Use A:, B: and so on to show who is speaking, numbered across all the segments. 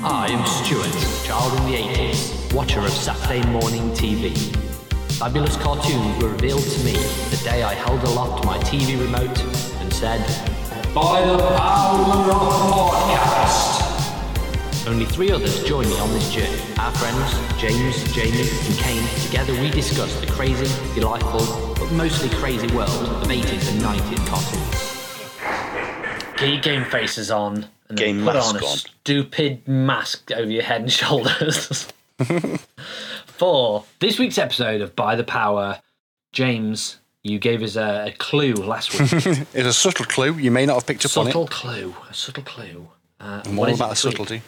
A: I am Stuart, child in the 80s, watcher of Saturday morning TV. Fabulous cartoons were revealed to me the day I held aloft my TV remote and said, By the power of podcast! Only three others joined me on this journey. Our friends, James, Jamie, and Kane, together we discussed the crazy, delightful, but mostly crazy world of 80s and 90s cartoons. Get your game faces on and then
B: Game
A: put
B: mask
A: on a
B: on.
A: stupid mask over your head and shoulders. For this week's episode of By the Power, James, you gave us a, a clue last week.
B: It's a subtle clue. You may not have picked up on
A: subtle
B: it.
A: clue. A subtle clue. Uh,
B: I'm
A: what
B: all
A: is it
B: about the
A: this week?
B: subtlety.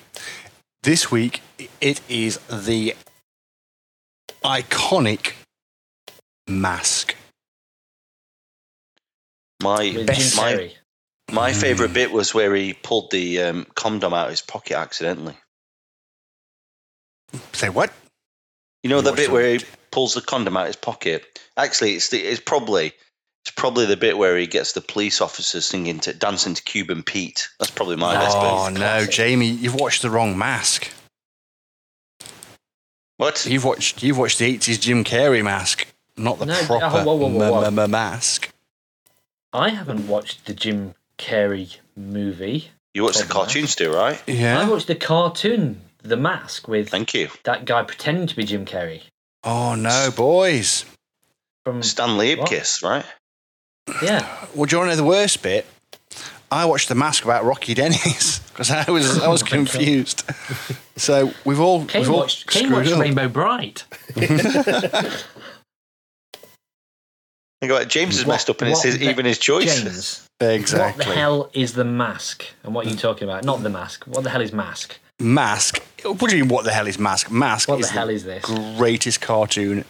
B: This week, it is the iconic mask.
A: With
C: My
B: Best-
A: Jim
C: my,
A: Carrey.
C: my favourite bit was where he pulled the um, condom out of his pocket accidentally.
B: Say what?
C: You know that
B: What
C: bit
B: sort
C: where he pulls the condom out of his pocket. Actually, it's the, it's probably it's probably the bit where he gets the police officers singing to dancing to Cuban Pete. That's probably my best
B: oh
C: bit.
B: no,
A: classic.
B: Jamie, you've watched the wrong mask.
C: What?
B: You've watched you've watched the eighties Jim Carrey mask, not the
A: No, oh,
B: proper
A: whoa, whoa, whoa, whoa.
B: m- m- mask.
A: I haven't watched the Jim Carrey movie.
C: You watch the cartoons too, right?
A: I
B: Yeah.
A: watched the cartoon, The Mask, with
C: Thank you.
A: that guy pretending to be Jim Carrey.
B: Oh no, boys.
A: From
C: Stanley
A: What?
C: Ipkiss, right?
A: yeah,
B: Well, do you want to know the worst bit? I watched the mask about Rocky Dennis because I was I was
A: Oh my God.
B: confused. so we've all
A: Kane
B: we've all
A: watched, Kane
B: screwed
A: watched
B: up.
A: Rainbow Bright.
C: Think about it. James is
A: What-
C: messed up, and it's
A: what
C: his,
A: the-
C: even his choices.
A: James,
B: Exactly.
A: what the hell is the mask? And what are you talking about? Not the mask. What the hell is mask?
B: Mask. What do you mean? What the hell is Mask? Mask
A: What the
B: is the
A: hell is this?
B: greatest cartoon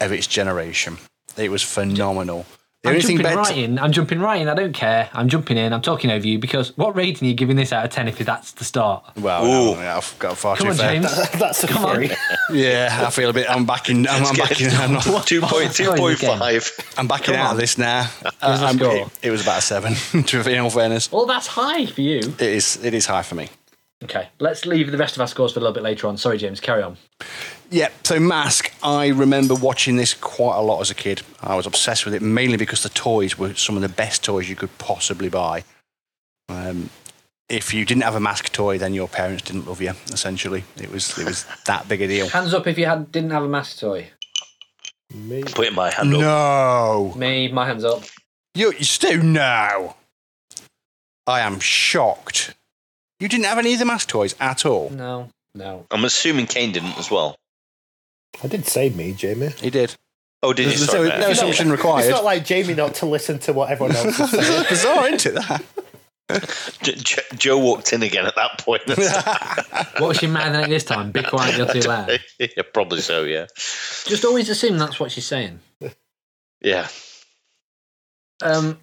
B: of its generation. It was phenomenal. The
A: I'm
B: only thing
A: jumping
B: better.
A: right in. I'm jumping right in. I don't care. I'm jumping in. I'm talking over you because what rating are you giving this out of 10 if that's the start?
B: Well,
C: Ooh.
B: no, no, I've got far
A: Come
B: too
A: on,
B: fair.
A: James.
D: That's a
A: Come on.
D: theory.
B: Yeah, I feel a bit. I'm backing. I'm, I'm
C: Let's
B: backing.
C: get-
B: I'm, not,
C: Two point two
A: Sorry,
C: point
A: the game.
C: five.
B: I'm backing out of
A: on.
B: this now.
A: the
B: I'm-
A: score?
B: it, it was about a seven. to be in all fairness,
A: Well, that's high for you.
B: it is. It is high for me.
A: Okay, let's leave the rest of our scores for a little bit later on. Sorry, James, carry on.
B: Yeah, so Mask, I remember watching this quite a lot as a kid. I was obsessed with it mainly because the toys were some of the best toys you could possibly buy. Um, if you didn't have a Mask toy, then your parents didn't love you, essentially. It was, it was that big a deal.
A: Hands up if you had, didn't have a mask toy.
D: Me.
C: Putting my hand up.
B: No!
A: Me, my hands up.
B: You, you still no! I am shocked. You didn't have any of the Mask toys at all?
A: No, no.
C: I'm assuming Kane didn't as well.
D: I did say me, Jamie.
B: He did.
C: Oh, did you?
B: There's-
C: Sorry,
B: so-
C: Matt.
B: no,
D: It's not-
B: assumption required.
D: It's not like Jamie not to listen to what everyone else is saying.
B: It's bizarre, isn't it, that?
C: J- J- Joe walked in again at that point.
A: What was she mad at this time? Be quiet, you're too loud.
C: yeah, probably so. Yeah,
A: Just always assume that's what she's saying.
C: yeah.
A: Um,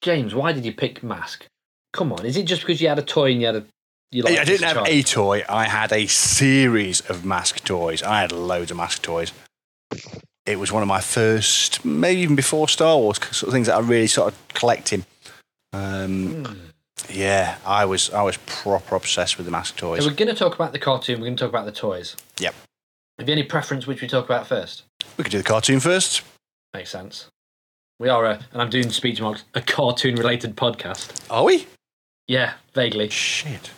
A: James, why did you pick mask? Come on, is it just because you had a toy and you had a you liked
B: I
A: it as
B: didn't
A: a
B: have
A: child?
B: a toy. I had a series of mask toys. I had loads of mask toys. It was one of my first, maybe even before Star Wars, sort of things that I really sort of collecting. Um, Yeah, I was I was proper obsessed with the mask
A: So
B: toys.
A: we're going to talk about the cartoon. We're going to talk about the toys.
B: Yep.
A: Have you any preference which we talk about first?
B: We could do the cartoon first.
A: Makes sense. We are a, and I'm doing speech marks, a cartoon-related podcast.
B: Are we?
A: Yeah, vaguely.
B: Shit.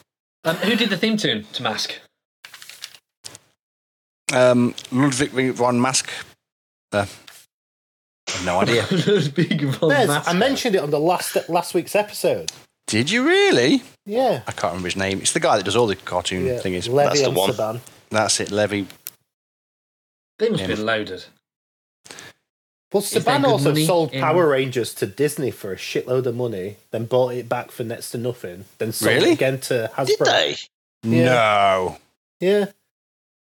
A: Um, who did the theme tune to Mask?
B: Um, Ludwig von Mask. Uh, I've no idea.
A: Ludwig von
D: There's-
A: Mask.
D: I mentioned it on the last last week's episode.
B: Did you really?
D: Yeah.
B: I can't remember his name. It's the guy that does all the cartoon
D: yeah.
B: thingies.
D: Levy
C: Mm, that's the
D: and
C: one.
D: Saban.
B: That's it, Levy.
A: They must have been loaded. there
D: Well, Saban
A: good
D: also
A: money
D: sold
A: in-
D: Power Rangers to Disney for a shitload of money, then bought it back for next to nothing, then sold
B: Really?
D: it again to Hasbro.
C: Did they?
D: Yeah.
B: No.
D: Yeah.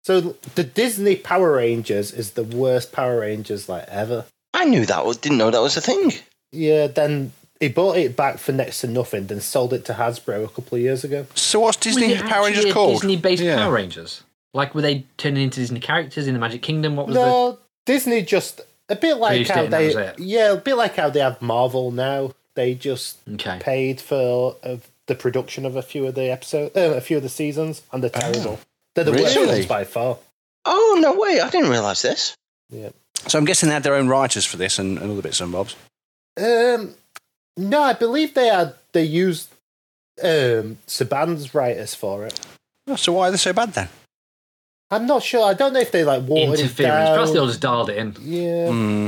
D: So the Disney Power Rangers is the worst Power Rangers like ever.
C: I knew that. but Didn't know that was a thing.
D: Yeah, then he bought it back for next to nothing, then sold it to Hasbro a couple of years ago.
B: So what's Disney
A: Was it
B: Power Rangers
A: actually a
B: called?
A: Disney-based
B: Yeah.
A: Power Rangers. Like, were they turning into Disney characters in the Magic Kingdom? What was
D: No, Disney just a bit like
A: Produced it
D: how
A: and that
D: they
A: was it.
D: yeah, a bit like how they have Marvel now. They just
A: the? Okay.
D: paid for a the production of a few of the episodes, uh, a few of the seasons, and they're
A: Ah,
D: terrible. They're the worst
B: Really?
D: ones by far.
C: Oh no way! I didn't realize this.
B: So I'm guessing they had their own writers for this and, and other bits and bobs.
D: Um, no, I believe they had they used um Saban's writers for it.
B: Oh, so why are they so bad then?
D: I'm not sure. I don't know if they like watered it
A: Interference. Perhaps
D: down.
A: they'll just dialed it in.
D: Yeah.
B: Hmm.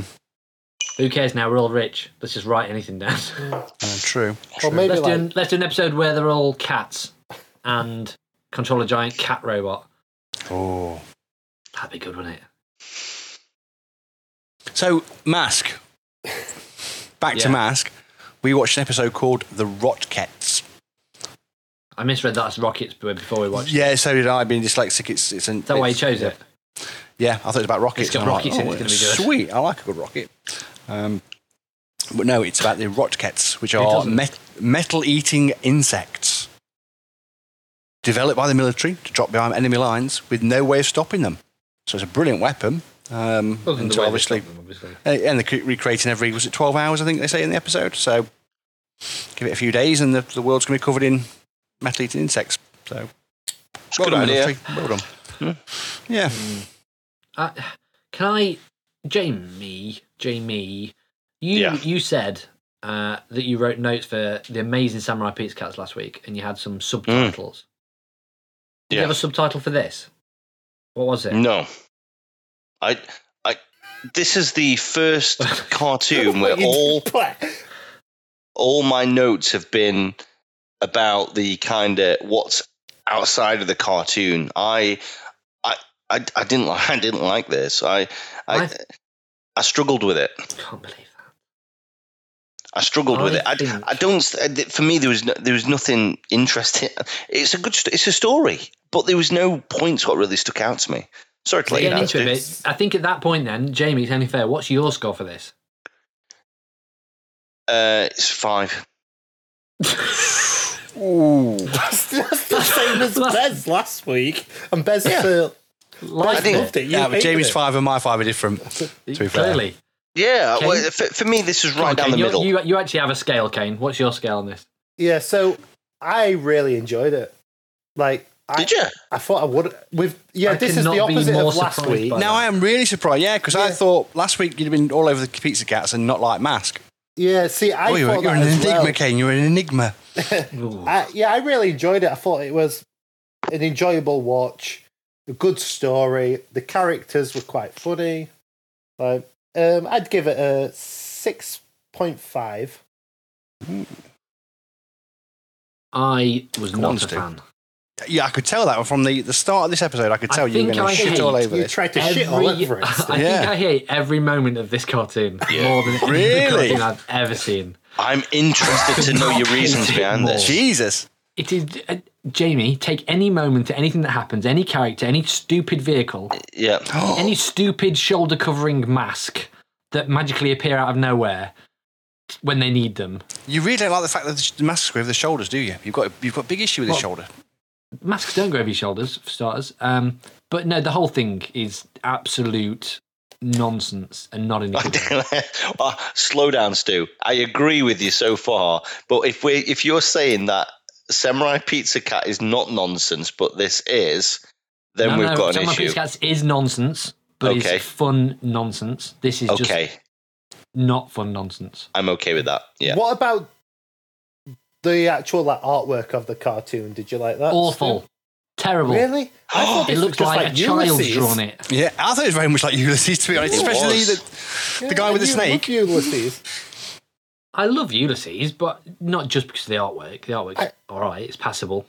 A: Who cares now? We're all rich. Let's just write anything down.
B: uh, true.
D: Or maybe
A: let's, do
D: like
A: an, let's do an episode where they're all cats and control a giant cat robot.
B: Oh.
A: That'd be good, wouldn't it?
B: So Mask. Back to
A: Yeah.
B: Mask. We watched an episode called The Rotkets.
A: I misread that as rockets but before we watched. it.
B: Yeah, so did I. Being dyslexic, it's it's an,
A: Is that why you
B: it's-
A: chose it?
B: Yeah, I thought it was about rockets.
A: It's got
B: and I'm "Oh,
A: rockets in it, it's gonna be good.
B: Sweet, I like a good rocket. Um, but no, it's about the rotkets, which
A: Who
B: are
A: doesn't?
B: met- metal-eating insects developed by the military to drop behind enemy lines with no way of stopping them. So it's a brilliant weapon. Um,
A: Other than the way
B: until
A: they
B: obviously,
A: shot them, obviously.
B: and and they're recreating every was it twelve hours? I think they say in the episode. So give it a few days, and the, the world's going to be covered in metal-eating insects. So well
C: good
B: done,
C: idea.
B: military. Well done.
A: Hmm.
B: Yeah.
A: Uh, can I, Jamie? Jamie, you
C: Yeah.
A: you said uh, that you wrote notes for the Amazing Samurai Pizza Cats last week, and you had some subtitles.
C: Mm.
A: Did you have a subtitle for this? What was it?
C: No. I I this is the first cartoon where
D: What you
C: all
D: play-
C: all my notes have been about the kind of what's outside of the cartoon. I I I, I didn't li- I didn't like this. I I,
A: I-
C: I struggled with it.
A: can't believe that.
C: I struggled with
A: I
C: it. I, d-
A: think-
C: I don't. s- I d- For me, there was no, there was nothing interesting. It's a good. st- It's a story, but there was no points what really stuck out to me. Sorry to let you
A: Getting into
C: down,
A: it, a
C: Stu.
A: bit, I think at that point, then Jamie, it's only fair. What's your score for this?
C: Uh, it's five.
B: Ooh.
D: That's, that's the same as
A: That's-
D: Bez last week, and Bez
B: Yeah.
D: uh,
A: Like
C: I think-
D: loved it. You
B: yeah, but
D: hated
B: Jamie's
D: it.
B: five and my five are different. To be fair.
A: clearly,
C: Yeah.
A: Ken?
C: Well, for, for me, this is
A: Come
C: right
A: on,
C: down the
A: Kane, you-
C: middle.
A: You, you actually have a scale, Kane. What's your scale on this?
D: Yeah, so I really enjoyed it. Like, I,
C: Did you?
D: I thought I would. With yeah,
A: I
D: this is the
A: cannot be
D: opposite
A: more
D: of last
A: surprised
D: week.
A: by-
B: Now I am really surprised. Yeah, because I
D: Yeah.
B: thought last week you'd have been all over the pizza cats and not like mask.
D: Yeah, see, I
B: oh,
D: thought
B: you were,
D: that
B: you're an
D: as
B: enigma,
D: well.
B: Kane. You're an enigma.
A: Ooh.
D: I, yeah, I really enjoyed it. I thought it was an enjoyable watch, a good story. The characters were quite funny. Like, um, I'd give it a six point five.
A: I was
B: Come
A: not
B: on,
A: a
B: Stu.
A: fan.
B: Yeah, I could tell that from the, the start of this episode. I could
A: I
B: tell you were
A: think
B: going
A: I
B: to shit all
A: hate
B: over
D: You
B: this.
D: tried to shit all over it.
A: I
D: Steve.
A: think
B: Yeah.
A: I hate every moment of this cartoon more than any
B: Really?
A: cartoon I've ever seen.
C: I'm interested to know your reasons
A: Nothing
C: behind this.
B: Jesus.
A: It is uh, Jamie. Take any moment, anything that happens, any character, any stupid vehicle,
C: Yeah.
A: any stupid shoulder covering mask that magically appear out of nowhere when they need them.
B: You really don't like the fact that the sh- the masks go over the shoulders, do you? You've got you've got a big issue with the shoulder.
A: masks don't go over your shoulders for starters. Um, but no, the whole thing is absolute nonsense and not anything.
C: Well, slow down, Stu. I agree with you so far, but if we if you're saying that Samurai Pizza Cat is not nonsense, but this is, then
A: no,
C: we've
A: no,
C: got an
A: Samurai
C: issue.
A: Pizza Cats is nonsense, but
C: Okay.
A: it's fun nonsense. This is just
C: Okay,
A: not fun nonsense.
C: I'm okay with that. Yeah.
D: What about the actual like artwork of the cartoon? Did you like that?
A: Awful, terrible.
D: Really? I thought
A: It
D: this was
A: looks
D: just
A: like, a child's
D: Ulysses.
A: drawn it.
B: Yeah, I thought it was very much like Ulysses, to be honest.
C: It
B: Especially
C: was.
B: the, the guy
D: Yeah,
B: with the
D: you
B: snake.
D: love Ulysses.
A: I love Ulysses, but not just because of the artwork. The artwork's
D: I-
A: all right, it's passable.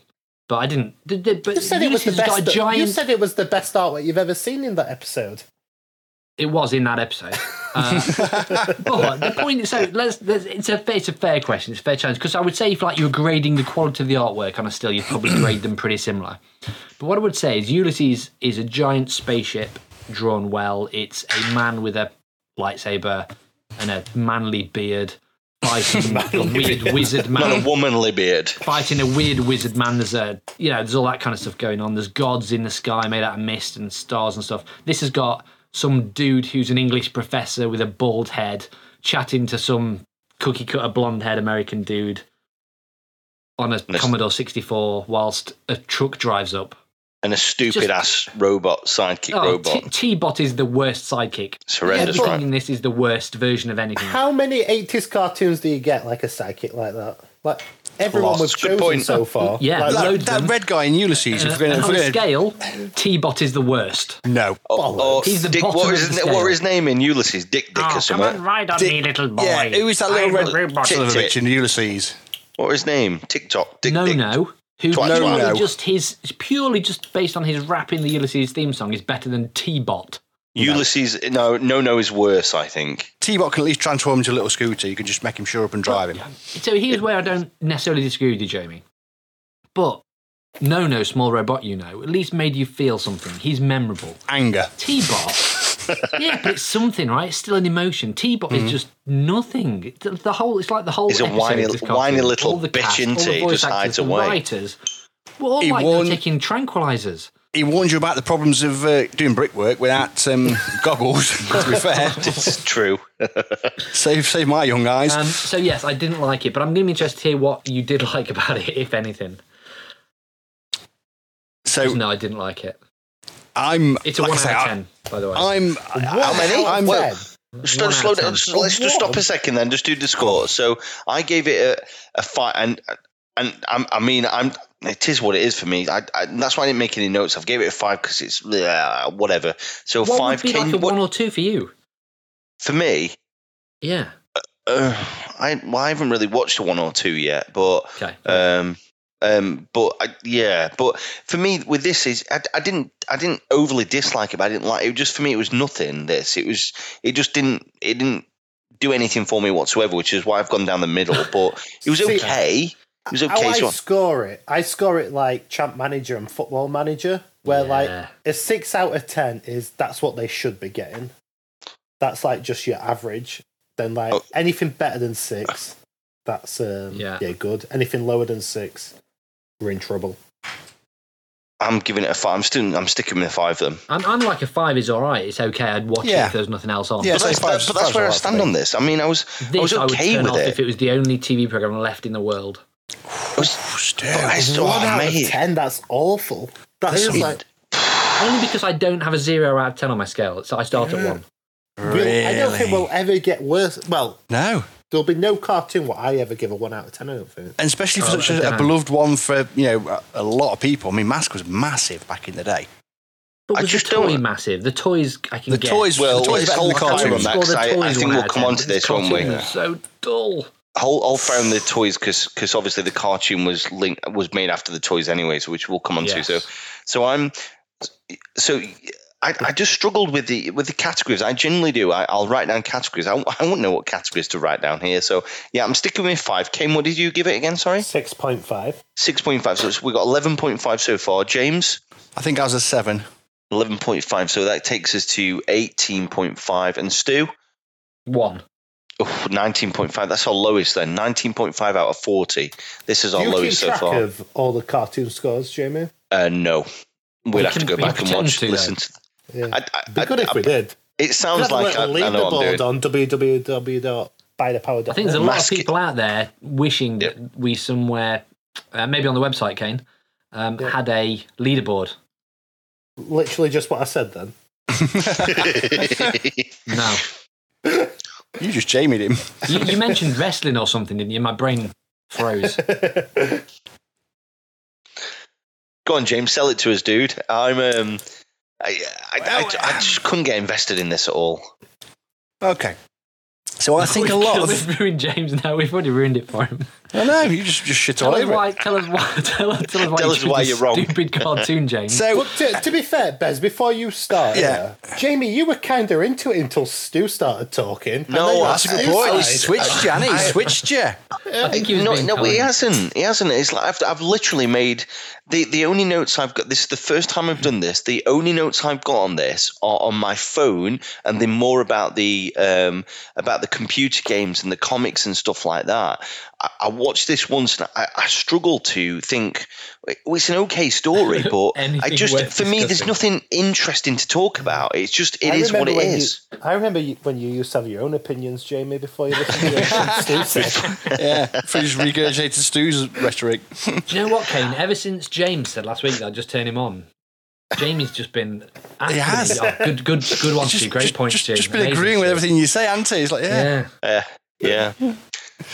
A: But I didn't. The, the, but
D: You said it was the
A: Ulysses has
D: best.
A: got a giant.
D: You said it was the best artwork you've ever seen in that episode.
A: it was in that episode. Uh, but the point is, so let's, let's, it's, a, fair- it's a fair question. It's a fair challenge because I would say if like you were grading the quality of the artwork on a still, you'd probably grade them pretty similar. But what I would say is Ulysses is a giant spaceship drawn well. It's a man with a lightsaber and a manly beard fighting a weird wizard man
C: Not a womanly beard.
A: fighting a weird wizard man. There's a you know, there's all that kind of stuff going on. There's gods in the sky made out of mist and stars and stuff. This has got some dude who's an English professor with a bald head chatting to some cookie cutter blonde haired American dude. on a
C: Yes.
A: Commodore 64 whilst a truck drives up.
C: and a stupid ass robot sidekick
A: Oh,
C: robot.
A: T- T-Bot is the worst sidekick.
C: it's horrendous,
D: Yeah, but-
A: Everything
C: right?
A: in this is the worst version of anything.
D: How many 80s cartoons do you get like a psychic like that? Like everyone
C: Lots.
D: was
C: Good
D: chosen
C: point.
D: so far.
A: Yeah, loads
D: Like,
B: That,
A: of
B: that
A: them.
B: red guy in Ulysses.
A: And
B: if we're gonna, if
A: on
B: we're
A: a scale,
B: gonna,
A: T-Bot is the worst.
B: no.
C: Or, or
A: He's the
C: Oh, Dick,
A: bottom
C: what,
A: of
C: is
A: the
C: his, na- what
A: scale.
C: were his name in Ulysses? Dick Dick or something.
A: ride Oh, on
B: Dick- Yeah, who is that little red son of a
C: Tit-tit.
B: bitch in Ulysses?
C: What was his name? TikTok. Dick
A: No,
C: Dick.
A: no. Who
C: Twat,
A: no,
B: twat.
A: just his purely just based on his rap in the Ulysses theme song is better than T-Bot.
C: Ulysses. No, no, no is worse. I think.
B: T-Bot can at least transform into a little scooter. You can just make him sure up and drive him.
A: So here's where I don't necessarily disagree with you, Jamie. But no, no, small robot, you know, at least made you feel something. He's memorable.
B: Anger.
A: T-Bot. yeah, but it's something, right? It's still an emotion. T-Bot is just nothing. The, the whole, it's like the whole.
C: Mm-hmm. He's
A: episode
C: a whiny-
A: of this cartoon.
C: whiny little
A: all the
C: bitch,
A: cast,
C: isn't
A: all the
C: he?
A: voice
C: Just
A: actors,
C: hides
A: the
C: away.
A: Writers, were all
B: He
A: like
B: won-
A: they're taking tranquilizers.
B: He warned you about the problems of uh, doing brickwork without um, goggles. to be fair,
C: It's true.
B: save save my young eyes.
A: Um, so yes, I didn't like it, but I'm going to be interested to hear what you did like about it, if anything.
B: so
A: No, I didn't like it.
B: I'm.
A: It's a
B: like I
A: one
B: say,
A: out of
B: I-
A: ten, by the way.
B: I'm.
D: How many?
B: I'm,
D: I'm
B: well,
C: Just don't
A: One
C: slow
A: out of
C: down.
A: ten. Oh,
C: Just- let's just stop a second, then. Just do the score. So I gave it a, a five, and and I'm, I mean, I'm. It is what it is for me. I, I that's why I didn't make any notes. I've gave it a five because it's yeah, whatever. So
A: what
C: five
A: would be
C: came
A: like a
C: what-
A: one or two for you?
C: for me.
A: Yeah.
C: Uh, I well, I haven't really watched a one or two yet, but
A: Okay.
C: um, um, but I, yeah, but for me with this is I, I didn't I didn't overly dislike it, but I didn't like it. Just for me, it was nothing. This it was it just didn't it didn't do anything for me whatsoever, which is why I've gone down the middle. But it was
D: See,
C: okay. It was
D: How
C: okay.
D: I
C: So
D: score it, I score it like Champ Manager and Football Manager, where
A: Yeah.
D: like a six out of ten is that's what they should be getting. That's like just your average. Then like
C: Oh.
D: anything better than six, that's um,
A: Yeah.
D: yeah. good. Anything lower than six, we're in trouble.
C: I'm giving it a five. I'm still I'm sticking with five of them.
A: I'm, I'm like a five is all right. It's okay. I'd watch it
B: Yeah.
A: if there's nothing else on.
B: Yeah,
C: But
B: so
C: that's,
B: five's-
C: but that's
B: five's
C: where I
B: alright for
C: stand
B: me.
C: on this. I mean, I was I was
A: This I, would
C: okay
A: turn
C: with
A: off
C: it.
A: if it was the only TV program left in the world.
C: I was-
B: still,
C: but I still-
D: One
C: oh,
D: out
C: mate.
D: of ten, that's awful. That
B: This
D: is
B: is-
D: like
A: Only because I don't have a zero out of ten on my scale, so I start at one.
D: We'll- I don't think
B: Really?
D: we'll ever get worse. Well,
B: no.
D: there'll be no cartoon what I ever give a one out of ten. I don't think.
B: and especially for
A: Oh,
B: such a,
A: okay.
B: a beloved one for you know a, a lot of people. I mean, Mask was massive back in the day.
A: But
C: I
A: was the
C: just don't-
A: toy massive? The toys I can
B: The
A: get.
B: toys,
C: Well,
B: the toys
C: it's
B: better than the
C: all fire
A: Or
C: on
B: cartoons.
C: that.
A: the
C: because I- I
A: toys
C: think
A: one
C: we'll
A: out of
C: come
A: 10,
C: on to
A: but the
C: this, won't we?
A: cartoons are So dull.
C: whole whole found the toys because obviously the cartoon was linked was made after the toys anyway, so which we'll come on to. So
A: Yes.
C: so I'm so I, I just struggled with the with the categories. I generally do. I, I'll write down categories. I, I won't know what categories to write down here. So yeah, I'm sticking with five. Kane, what did you give it again? Sorry,
D: Six point five.
C: six point five. So it's- we got eleven point five so far. James.
B: I think I was a seven.
C: 11.5 so that takes us to 18.5 and stu
A: One.
C: oof, 19.5 that's our lowest then 19.5 out of 40 this is
D: Do
C: our
D: you keep
C: lowest so
D: track
C: far
D: of all the cartoon scores, Jamie?
C: Uh, no, we'd
A: We
C: have to
A: can- uh,
C: go
A: we
C: back and
A: pretend
C: watch,
A: to, though.
C: listen. To,
D: Yeah.
C: I, I,
D: Be
C: I,
D: good if we did.
C: it sounds like I, I know what I'm
D: leaderboard
C: doing.
D: on www.buythepower.com.
A: I think there's a lot
C: Mask
A: of
C: it.
A: people out there wishing
C: Yep.
A: that we somewhere, uh, maybe on the website, Kane, um, had a leaderboard.
D: literally just what I said then.
A: No,
B: You just jamie'd him.
A: you, you mentioned wrestling or something, didn't you? My brain froze.
C: go on, James, sell it to us, dude. I'm. Um, I, I, I, I just couldn't get invested in this at all.
B: Okay. So I think a lot of.
A: We've ruined James now. We've already ruined it for him.
B: I know you just just shit all
A: Tell us
B: over.
A: why.
B: It.
A: Tell us why. Tell us, tell us why,
C: Tell
A: you
C: us
A: choose
C: why
A: this
C: you're wrong.
A: Stupid cartoon, James.
B: So
D: But to, to be fair, Bez, before you start,
B: Yeah.
D: yeah. Jamie, you were kind of into it until Stu started talking. and
C: No,
D: then you
C: that's
B: that's a good
D: outside.
B: point. He switched you, hasn't he? He switched you.
A: I think he was
C: No,
A: being
C: no,
A: kind.
C: he hasn't. He hasn't. It's like I've, I've literally made the the only notes I've got. This is the first time I've done this. The only notes I've got on this are on my phone, and they're more about the um about the the computer games and the comics and stuff like that. I, I watched this once and I, I struggle to think. Well, it's an okay story, but I
A: Anything
C: just
A: worth
C: for me, there's
A: discussing.
C: nothing interesting to talk about. It's just it
D: I
C: is what
D: remember
C: it
D: when
C: is.
D: You, I remember you, when you used to have your own opinions, Jamie, before you listened to everything Stu said.
B: yeah, for just regurgitated Stu's rhetoric.
A: Do you know what, Kane? Ever since James said last week that I'd just turn him on, Jamie's just been. He
B: has.
A: good, good, good one,
B: Just-
A: Stu. Great
B: just,
A: point,
B: just,
A: Stu.
B: just been
A: Amazing,
B: agreeing with
A: Stu.
B: everything you say, Ante. It's like, yeah.
A: Yeah.
C: Yeah, yeah.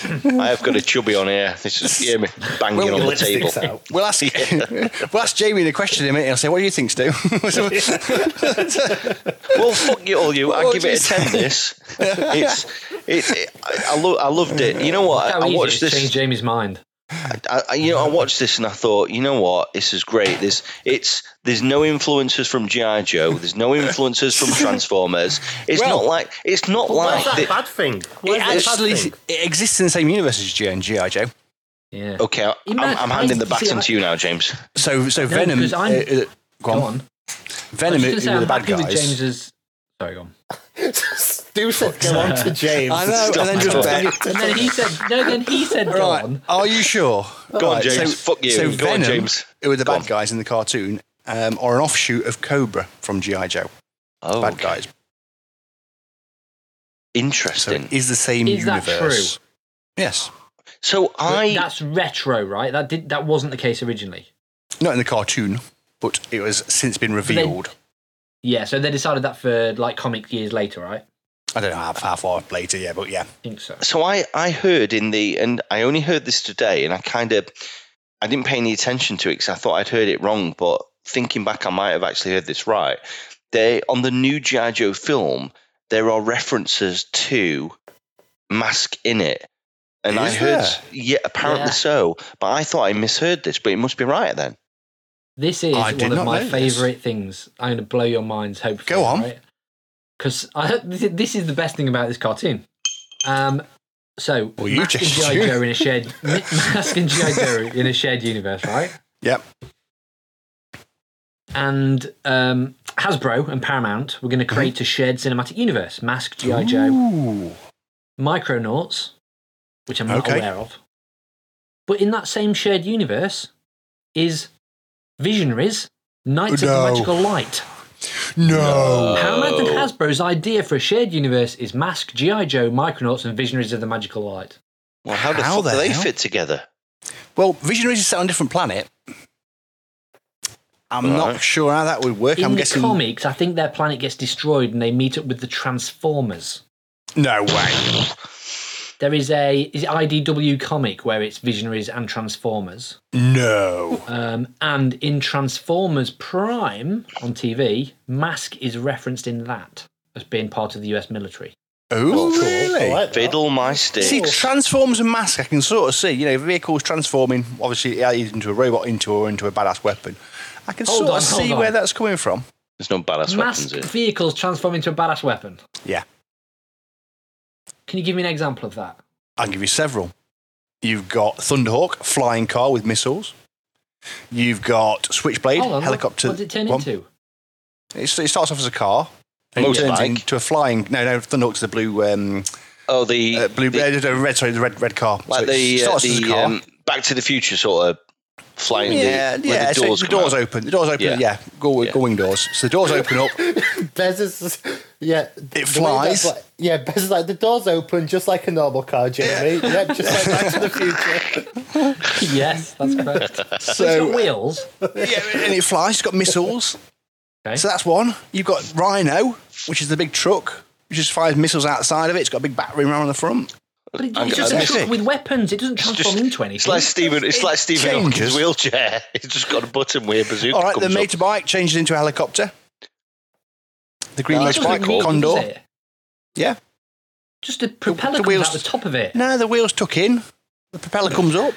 C: I have got a chubby on here. This is yeah, me banging
B: Well,
C: on the
D: Let's stick
C: table.
D: this out.
B: We'll ask we'll ask Jamie the question in a minute. He'll say, "What do you think, Stu?"
C: Well, fuck you all, you. I
B: What
C: give
B: do you
C: it a ten. This, it's, it's. It, I, I, lo- I loved it. You know what?
A: How
C: I, I
A: easy
C: watched
A: it's
C: this.
A: changed Jamie's mind.
C: I, I, you know, I watched this and I thought, you know what, this is great. There's, it's, there's no influences from GI Joe. There's no influences from Transformers. It's
B: Well-
C: not like, it's not
D: Why
C: like.
D: is that a
C: the-
D: bad thing? Why
B: it
D: is that a
B: actually
D: bad thing?
B: it exists in the same universe as G and GI Joe.
A: Yeah.
C: okay, I- I'm,
A: Imagine-
C: I'm handing the
A: see,
C: baton
A: I-
C: to you now, James.
B: So so
A: No,
B: Venom.
A: 'cause I'm-
B: uh, uh, go
A: Go
B: on.
A: on. I
B: Venom
A: was just gonna
B: is
A: say,
B: one of the
A: I'm
B: bad
A: happy with
B: guys.
A: James's. Sorry, go on.
D: Stu said go on to James.
B: I know, and then just bet.
A: And then he said, no, then he said, go
B: Right?
A: on.
B: Are you sure?
C: Go on,
B: Right,
C: James. Fuck you.
B: So
C: Go on,
B: Venom,
C: James.
B: who are the
C: Go
B: bad
C: on.
B: guys in the cartoon, um, are an offshoot of Cobra from GI Joe.
C: Oh,
B: bad
C: okay.
B: guys. So
C: Interesting.
B: it is the same
A: Is that
B: universe.
A: true?
B: Yes.
C: So I,
A: That's retro, right? That did that wasn't the case originally.
B: Not in the cartoon, but it has since been
A: they-
B: revealed.
A: Yeah, so they decided that for like comic years later, right?
B: I don't know how, how far later, yeah, but yeah.
A: I think so.
C: so I, I heard in the, and I only heard this today, and I kind of, I didn't pay any attention to it because I thought I'd heard it wrong. But thinking back, I might have actually heard this right. They on the new GI Joe film, there are references to Mask in it, and I
B: Is
C: heard,
B: there?
C: yeah, apparently
A: Yeah.
C: so. But I thought I misheard this, but it must be right then.
A: This is
B: I did
A: one of
B: not
A: my
B: know this.
A: favourite things. I'm going to blow your minds, hopefully.
B: Go on.
A: Because this is- this is the best thing about this cartoon. Um, so,
B: Well, you
A: Mask and
B: just-
A: G.I. Joe in a shared... Mask and G.I. Joe in a shared universe, right?
B: Yep.
A: And um, Hasbro and Paramount were going to create a shared cinematic universe. Mask, G.I. Joe,
B: Mm-hmm. Ooh.
A: Micronauts, which I'm not
B: Okay.
A: aware of. But in that same shared universe is Visionaries, Knights
B: No.
A: of the Magical Light.
B: No.
A: How mad that Hasbro's idea for a shared universe is Mask, G.I. Joe, Micronauts, and Visionaries of the Magical Light.
C: Well, how the
B: How
C: fuck
B: the
C: do they
B: hell?
C: fit together?
B: Well, Visionaries is set on a different planet. I'm not
C: Right.
B: sure how that would work.
A: In
B: I'm
A: the
B: guessing.
A: comics, I think their planet gets destroyed and they meet up with the Transformers.
B: No way.
A: There is a is it IDW comic where it's Visionaries and Transformers.
B: No.
A: Um, and in Transformers Prime on TV, Mask is referenced in that as being part of the US military.
B: Oh,
D: Cool.
B: really?
D: I like that.
C: Fiddle my stick.
B: See, transforms and mask. I can sort of see, you know, vehicles transforming, obviously, either into a robot, into or into a badass weapon. I can
A: Hold
B: sort
A: on,
B: of
A: hold
B: see
A: on.
B: where that's coming from.
C: There's no
A: Mask
C: badass weapons in.
A: vehicles transform into a badass weapon.
B: Yeah,
A: Can you give me an example of that?
B: I'll give you several. You've got Thunderhawk, flying car with missiles. You've got Switchblade,
A: Hold on,
B: helicopter.
A: What does it turn
B: Well,
A: into?
B: It, st- it starts off as a car. And it turns
C: Motorbike.
B: into a flying. No, no, Thunderhawk's the blue, um,
C: Oh, the
B: uh, blue,
C: the-
B: red, uh, red, sorry, the red, red car.
C: like
B: So it
C: the, uh,
B: starts as a
C: the
B: car.
C: um, Back to the Future sort of flying.
B: yeah,
C: the, where
B: yeah.
C: The doors,
B: so the
C: come
B: doors
C: out.
B: open. The doors open.
C: Yeah.
B: Yeah, go,
C: Yeah.
B: going doors. So the doors open up.
D: Bez is, yeah. the way
B: flies.
D: that's Like, yeah, Bez is like, the door's open just like a normal car, Jamie. Yeah, just like Back to the Future.
A: yes, that's correct. it's got
B: So
A: wheels.
B: yeah, and it flies. It's got missiles.
A: Okay.
B: So that's one. You've got Rhino, which is the big truck, which just fires missiles outside of it. It's got a big battering ram on the front.
A: But it,
C: I'm
A: it's just
C: gonna-
A: a truck with weapons. It doesn't
C: It's
A: transform into anything.
C: It's like Stephen. It's like Stephen Hawking's
B: changes.
C: wheelchair. It's just got a button where a bazooka
B: All right, the
C: comes up.
B: motorbike changes into a helicopter. The green
C: Oh,
A: It doesn't
B: motorbike,
A: need it, does
B: Condor.
A: it?
B: Yeah.
A: Just a propeller
B: the
A: comes
B: wheels-
A: out the top of it.
B: No, the wheels tuck in. The propeller comes up.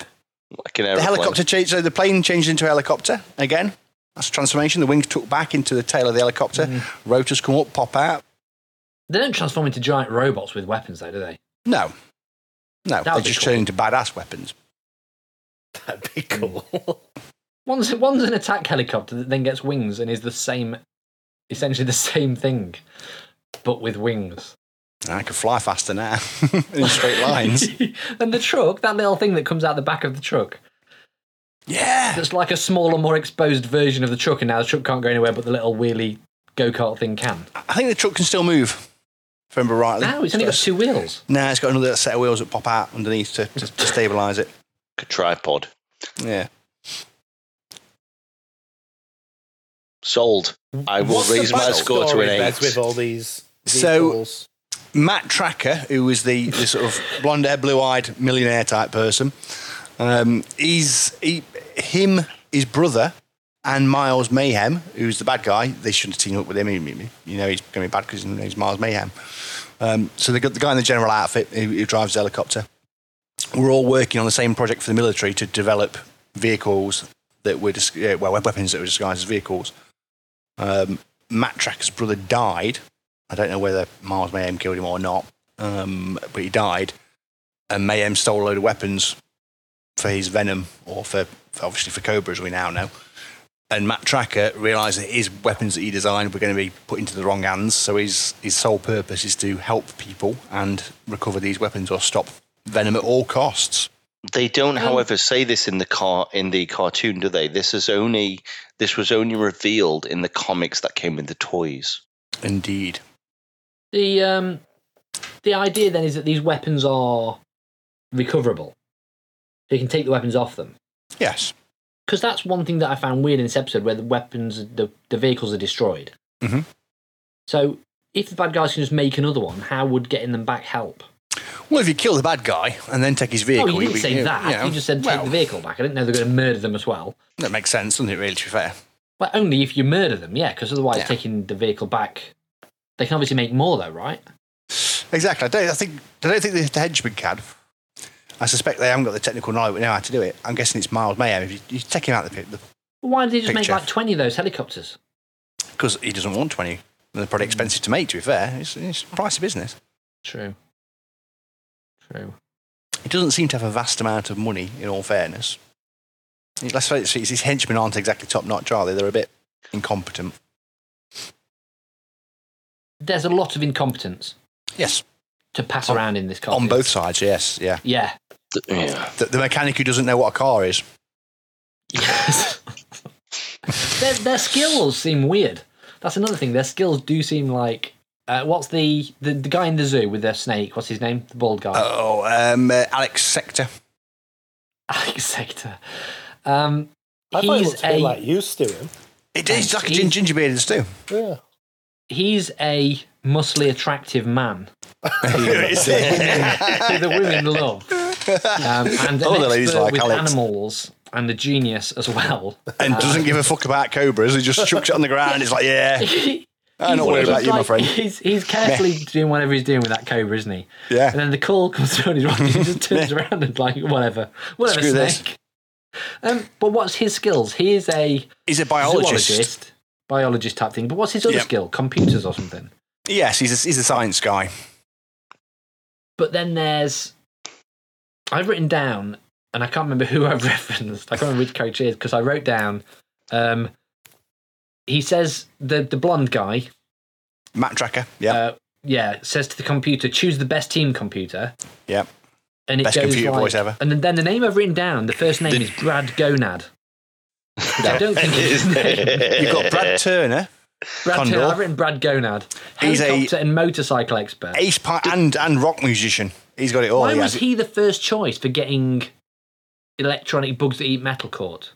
C: Like an
B: The
C: aeroplane.
B: helicopter changes. So the plane changes into a helicopter again. That's a transformation. The wings tuck back into the tail of the helicopter.
A: Mm-hmm.
B: Rotors come up, pop out.
A: They don't transform into giant robots with weapons, though, do they?
B: No. No,
A: That
B: they
A: would be
B: just
A: cool.
B: turn into badass weapons.
D: That'd be cool.
A: One's one's an attack helicopter that then gets wings and is the same, essentially the same thing, but with wings.
B: I can fly faster now in straight lines.
A: and the truck, that little thing that comes out the back of the truck,
B: yeah.
A: that's like a smaller, more exposed version of the truck, and now the truck can't go anywhere, but the little wheelie go kart thing can.
B: I think the truck can still move, if I remember rightly.
A: Now Oh, it's only got
B: a-
A: two wheels.
B: No, it's got another set of wheels that pop out underneath to, to, to stabilise it.
C: A tripod.
B: Yeah.
C: Sold. I will
D: What's the
C: raise my
D: backstory,
C: score to an
D: Bez, With
C: eight.
D: all these
B: So-
D: vehicles?
B: Matt Tracker, who was the, the sort of blonde hair, blue eyed millionaire type person, um, he's he, him, his brother, and Miles Mayhem, who's the bad guy. They shouldn't have teamed up with him. You you know, he's going to be bad because his name's Miles Mayhem. Um, so they got the guy in the general outfit who, who drives the helicopter. We're all working on the same project for the military to develop vehicles that were, dis- yeah, well, weapons that were disguised as vehicles. Um, Matt Tracker's brother died I don't know whether Miles Mayhem killed him or not, um, but he died. And Mayhem stole a load of weapons for his Venom, or for, for obviously for Cobra, as we now know. And Matt Tracker realised that his weapons that he designed were going to be put into the wrong hands. So his, his sole purpose is to help people and recover these weapons or stop Venom at all costs.
C: They don't,
D: Um,
C: however, say this in the car in the cartoon, do they? This is only this was only revealed in the comics that came with the toys.
B: Indeed.
A: The um, the idea then is that these weapons are recoverable. You can take the weapons off them.
B: Yes.
A: because that's one thing that I found weird in this episode where the weapons, the, the vehicles are destroyed.
B: Mhm.
A: So if the bad guys can just make another one, how would getting them back help?
B: Well, if you kill the bad guy and then take his vehicle,
A: oh, you didn't
B: you'd be-
A: say
B: you-
A: that.
B: you know,
A: you just said take
B: well,
A: the vehicle back. I didn't know they're going to murder them as well.
B: That makes sense, doesn't it? Really, to be fair.
A: But only if you murder them, yeah, because otherwise
B: Yeah.
A: taking the vehicle back, they can obviously make more though, right?
B: Exactly. I don't. I think. I don't think the, the henchman can. I suspect they haven't got the technical knowledge to know how to do it. I'm guessing it's Miles Mayhem. If you, you take him out of the pit
A: Well, why did they just
B: Picture.
A: make like twenty of those helicopters?
B: because he doesn't want twenty. And they're probably expensive to make. To be fair, it's, it's pricey business.
A: True. True.
B: He doesn't seem to have a vast amount of money. In all fairness, let's face it, his henchmen aren't exactly top notch, are they? They're a bit incompetent.
A: There's a lot of incompetence
B: Yes,
A: to pass
B: On-
A: around in this car.
B: on both sides. Yes, yeah.
A: Yeah.
C: Th- Yeah.
B: The, the mechanic who doesn't know what a car is.
A: Yes. their, their skills seem weird. That's another thing. Their skills do seem like. Uh, what's the, the the guy in the zoo with the snake? What's his name? The bald guy.
B: Oh, um, uh, Alex Sector.
A: Alex Sector. Um,
D: I thought it
A: he's
D: looked a bit
A: a
D: like used to him.
B: It is like a
A: He's-
B: gin- gingerbeard in stew.
D: Yeah.
A: he's a muscly, attractive man
B: oh,
A: who the women love, um, and an
B: the ladies
A: expert
B: like
A: with
B: Alex.
A: animals and a genius as well.
B: and doesn't give a fuck about cobras. He just chucks it on the ground. It's like, yeah, I'm not worried
A: He's
B: about you, my
A: like-
B: friend.
A: He's, he's carefully doing whatever he's doing with that cobra, isn't he? And
B: Yeah,
A: then the call comes through and he's rocking, he just turns around and like whatever, whatever
B: Screw this.
A: snake. Um, but what's his skills? He is a
B: he's a biologist.
A: zoologist, biologist type thing. But what's his other
B: Yep.
A: skill? Computers or something.
B: Yes, he's a, he's a science guy.
A: But then there's, I've written down, and I can't remember who I've referenced. I can't remember which coach it is because I wrote down. Um, he says the the blonde guy,
B: Matt Tracker. Yeah,
A: uh, yeah, says to the computer, choose the best team computer.
B: yeah.
A: and it
B: Best
A: goes
B: computer
A: like-
B: voice ever.
A: And then, then the name I've written down, the first name is Brad Gonad. Which I don't think is his name.
B: You've got Brad Turner,
A: Brad
B: Condor.
A: Turner, I've written Brad Gonad.
B: He's a-
A: Helicopter and motorcycle expert.
B: ace pi- and and rock musician. He's got it all.
A: Why
B: he
A: was
B: has it.
A: he the first choice for getting electronic bugs that eat metal caught?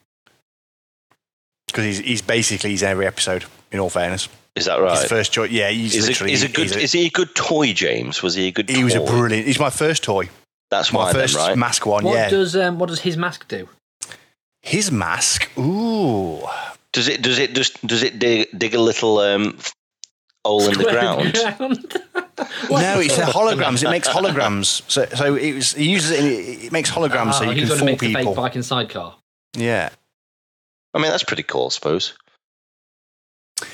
B: Because he's, he's basically he's every episode. In all fairness,
C: Is that
B: he's
C: right?
B: the first choice. Yeah, he's
C: Is a,
B: literally.
C: is a good
B: he's a-
C: is he a good toy, James? Was he a good
B: he was a
C: toy?
B: brilliant. He's my first toy.
C: That's
B: My
C: why
B: first
C: then, right?
B: mask one.
A: What
B: yeah,
A: does um, what does his mask do?
B: his mask. Ooh,
C: Does it does it just does it dig, dig a little um hole in the ground?
B: No, it's a holograms. It makes holograms. So, so it was, he uses it. And it, it makes holograms, so you
A: Ah, he's
B: can
A: gonna
B: fool
A: make the fake
B: people.
A: bike and sidecar.
B: Yeah.
C: I mean, that's pretty cool, I suppose.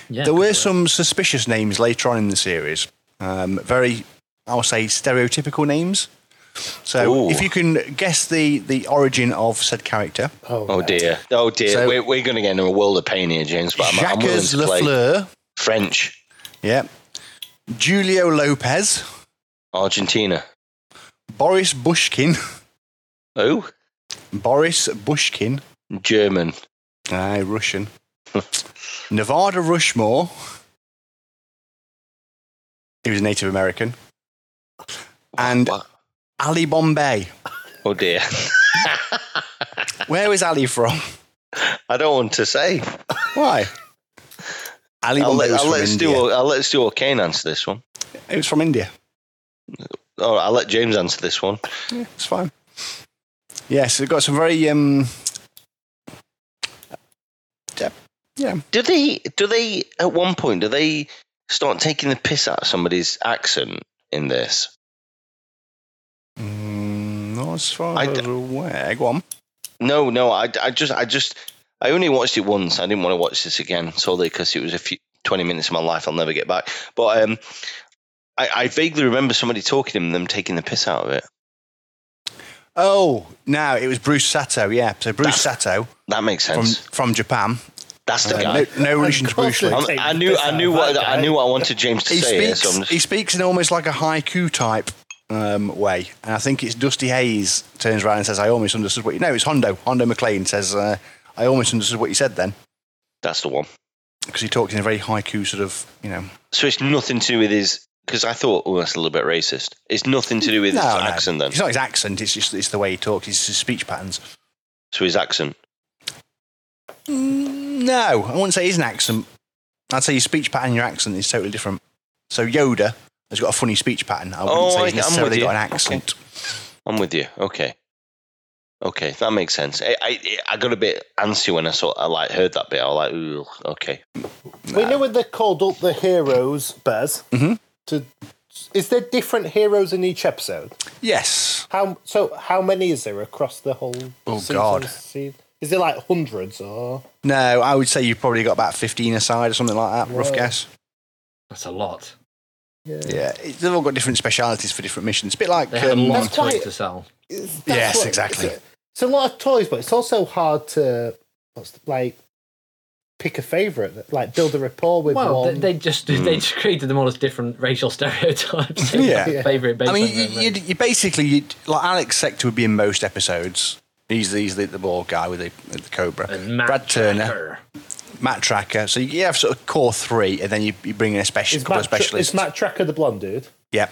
A: Yeah,
B: there were
A: could work.
B: some suspicious names later on in the series. Um, very, I'll say, stereotypical names. So,
C: Ooh.
B: if you can guess the the origin of said character,
D: Oh,
C: Oh
D: no.
C: dear, oh dear.
B: So-
C: we're we're going to get into a world of pain here, James. But I'm, I'm willing
B: Jacques
C: to play
B: Lafleur.
C: French.
B: Yeah. Julio Lopez.
C: Argentina.
B: Boris Bushkin.
C: Oh,
B: Boris Bushkin.
C: German.
B: Aye, Russian. Nevada Rushmore. He was Native American. And
C: What?
B: Ali Bombay.
C: Oh dear.
B: Where is Ali from?
C: I don't want to say.
B: Why? Ali
C: I'll
B: Bombay
C: let,
B: was
C: I'll
B: from
C: let
B: India.
C: Stuart. I'll let Stuart Kane answer this one.
B: It was from India.
C: Or I'll let James answer this one.
B: It's fine. Yes, we've got some very um,
C: Do they? Do they? At one point, do they start taking the piss out of somebody's accent in this?
B: mm, not as far
C: I
B: as
C: d-
B: aware. Go on.
C: No, no. I, I just, I just, I only watched it once. I didn't want to watch this again solely because it was a few twenty minutes of my life I'll never get back. But um, I, I vaguely remember somebody talking and them taking the piss out of it.
B: Oh, now it was Bruce Sato. Yeah, so Bruce Sato
C: That makes
B: from
C: sense.
B: from Japan.
C: That's the
B: Uh,
C: guy.
B: no, no relation to Bruce Lee.
D: Of
C: I'm-
D: course they
C: I
D: take
C: knew,
D: the piss
C: I
D: out
C: knew
D: of
C: what
D: that
C: I
D: guy.
C: knew what I wanted James to
B: He
C: say. here,
B: speaks.
C: so I'm just-
B: He speaks in almost like a haiku type um, way, and I think it's Dusty Hayes turns around and says, "I almost understood what you." No, it's Hondo. Hondo McLean says, uh, "I almost understood what you said then,"
C: that's the one.
B: because he talks in a very haiku sort of, you know.
C: So it's nothing to do with his. Because I thought, oh, that's a little bit racist. It's nothing to do with his accent then.
B: It's not his accent. It's just it's the way he talks. It's his speech patterns.
C: So his accent.
B: Mm, No, I wouldn't say it's an accent. I'd say your speech pattern, and your accent is totally different. So Yoda has got a funny speech pattern. I wouldn't
C: Oh,
B: say
C: I-
B: he's
C: I'm with
B: necessarily
C: you.
B: got an
C: Okay.
B: accent.
C: I'm with you. Okay. Okay, that makes sense. I, I I got a bit antsy when I saw I like heard that bit. I was like, ooh, okay.
D: We know when they called up the heroes, Bez.
B: Mhm.
D: To is there different heroes in each episode?
B: Yes,
D: How so? How many is there across the whole?
B: Oh,
D: season?
B: God.
D: Se- Is there like hundreds or?
B: no, I would say you've probably got about fifteen aside or something like that. Rough
D: Whoa.
B: guess.
A: That's a lot.
B: Yeah, it- they've all got different specialities for different missions. It's a bit like
A: They had a
B: um,
A: lot of
D: That's quite-
A: toys to sell.
D: It's- that's
B: Yes,
D: what-
B: exactly.
D: It's a, it's a lot of toys, but it's also hard to what's the- like pick a favorite, like build a rapport with
A: Well, they,
D: one.
A: they just they just created them all as different racial stereotypes.
B: Hmm. Yeah.
D: Yeah.
A: favorite. Based
B: I mean,
A: on their
B: you, you,
A: race.
B: you basically you'd, like Alex Sector would be in most episodes. He's, he's the, the bald guy with the, with the cobra.
A: And Matt
B: Brad Turner,
A: Tracker.
B: Matt Tracker. So you have sort of core three, and then you, you bring in a special
D: is,
B: couple
D: Matt,
B: of
D: Tra-
B: specialists.
D: is Matt Tracker the blonde dude?
B: yeah.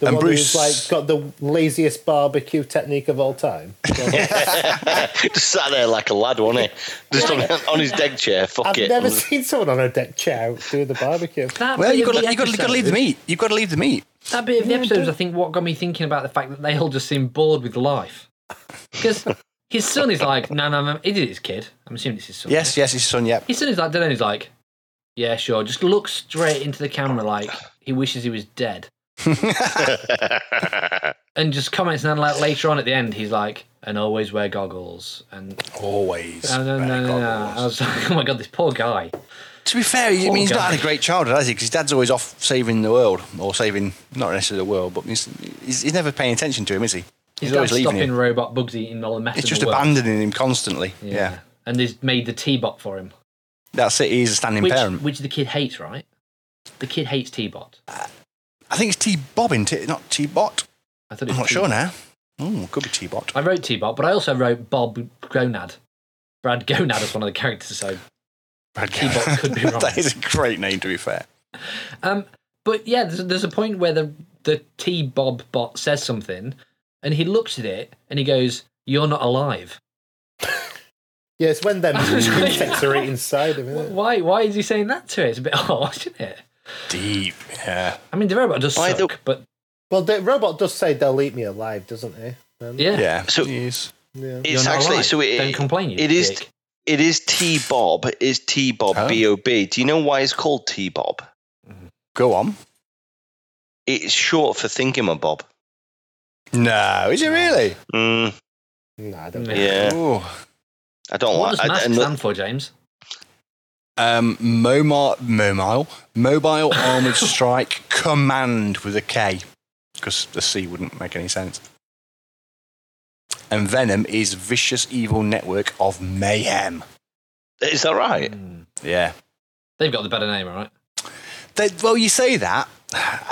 D: The
B: And
D: one
B: Bruce-
D: who's like got the laziest barbecue technique of all time.
C: Just sat there like a lad, wasn't he? Just on, on his deck chair. Fuck
D: I've
C: it.
D: never seen someone on a deck chair do the barbecue.
A: That
B: Well,
A: bit
B: you
A: of
B: got
A: the
B: you got you got to leave the
A: episode-
B: meat. You've got to leave the meat.
A: That bit of the episode was, I think, what got me thinking about the fact that they all just seem bored with life. Because his son is like, no, no, no, it is his kid. I'm assuming it's his son.
B: Yes, yes, his son. Yep.
A: His son is like, Dylan is like, yeah, sure. Just look straight into the camera like he wishes he was dead. and just comments, and then like later on at the end, he's like, and always wear goggles. And
B: Always.
A: no, no, no,
B: wear
A: no, no.
B: goggles.
A: I was like, oh my god, this poor guy.
B: To be fair, he, I
A: Poor
B: mean, he's
A: guy.
B: not had a great childhood, has he? Because his dad's always off saving the world, or saving not necessarily the world, but he's, he's, he's never paying attention to him, is he?
A: He's
B: He's always leaving
A: stopping
B: him.
A: robot bugs eating all the mess.
B: It's
A: of
B: just
A: the world.
B: abandoning him constantly. Yeah.
A: And he's made the T-bot for him,
B: That's it. He's a standing
A: which,
B: parent.
A: which the kid hates, right? The kid hates T-bot.
B: I think it's T Bobbin, t- not T Bot.
A: I thought it was
B: I'm
A: T-bot.
B: not sure now. Oh, could be T Bot.
A: I wrote T-bot, but I also wrote Bob Gonad, Brad Gonad as one of the characters. So, T-Bot could be wrong.
B: that is a great name, to be fair.
A: um, but yeah, there's, there's a point where the the T-Bob bot says something, and he looks at it and he goes, "You're not alive."
D: Yeah, it's when them
A: I was like-
D: insects are eating inside of it.
A: Why? Why is he saying that to it? It's a bit odd, isn't it?
B: Deep. Yeah.
A: I mean, the robot does
C: Why
A: suck,
C: the-
A: but
D: Well, the robot does say they'll eat me alive, doesn't he? Then-
A: yeah,
B: Yeah.
C: So-
B: Yes.
D: yeah.
A: You're
C: it's
A: not
C: actually
A: alive.
C: so it,
A: Don't complain. You
C: it is
A: dick.
C: it is T Bob. It is T
B: Oh.
C: Bob B O B. Do you know why it's called T Bob?
B: Go on.
C: It's short for thinking a bob.
B: No, is it really?
C: Mm,
D: Nah, I don't
A: Yeah.
D: know.
C: yeah,
B: Oh.
C: I don't
A: What
C: like.
A: does
C: I,
A: mask
C: and
A: stand for, James?
B: Um, Momar, Momile, Mobile Armored Strike Command with a K, because the C wouldn't make any sense. And Venom is Vicious Evil Network of Mayhem.
C: is that right?
B: Yeah.
A: Hmm. They've got the better name, all right?
B: They, well, you say that,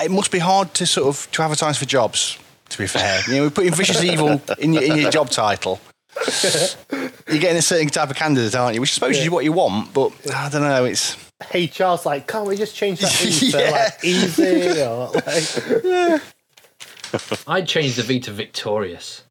B: it must be hard to sort of to advertise for jobs. To be fair, you know, we're putting vicious evil in your, in your job title. You're getting a certain type of candidate, aren't you? Which I suppose is what you want, but I don't know. It's
D: HR's like, can't we just change that E to
B: Yeah.
D: like easy or like
A: I'd change the V to victorious.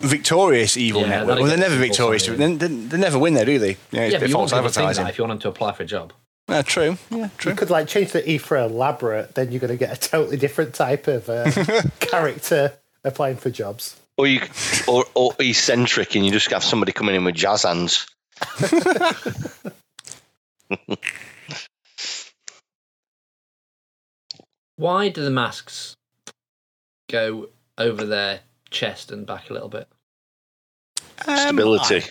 B: victorious evil
A: Yeah,
B: network.
A: that'll
B: Well, they're
A: get
B: never
A: people
B: victorious.
A: something.
B: They, they, they never win there, do they? Yeah, it's
A: Yeah, but
B: a bit
A: you want
B: false
A: people to think
B: advertising.
A: that if you want them to apply for a job.
B: No, true. Yeah, true.
D: you could like change the E for elaborate, then you're gonna get a totally different type of uh, character applying for jobs.
C: Or you, or, or eccentric, and you just have somebody coming in with jazz hands.
A: Why do the masks go over their chest and back a little bit?
B: Um,
C: Stability.
B: I,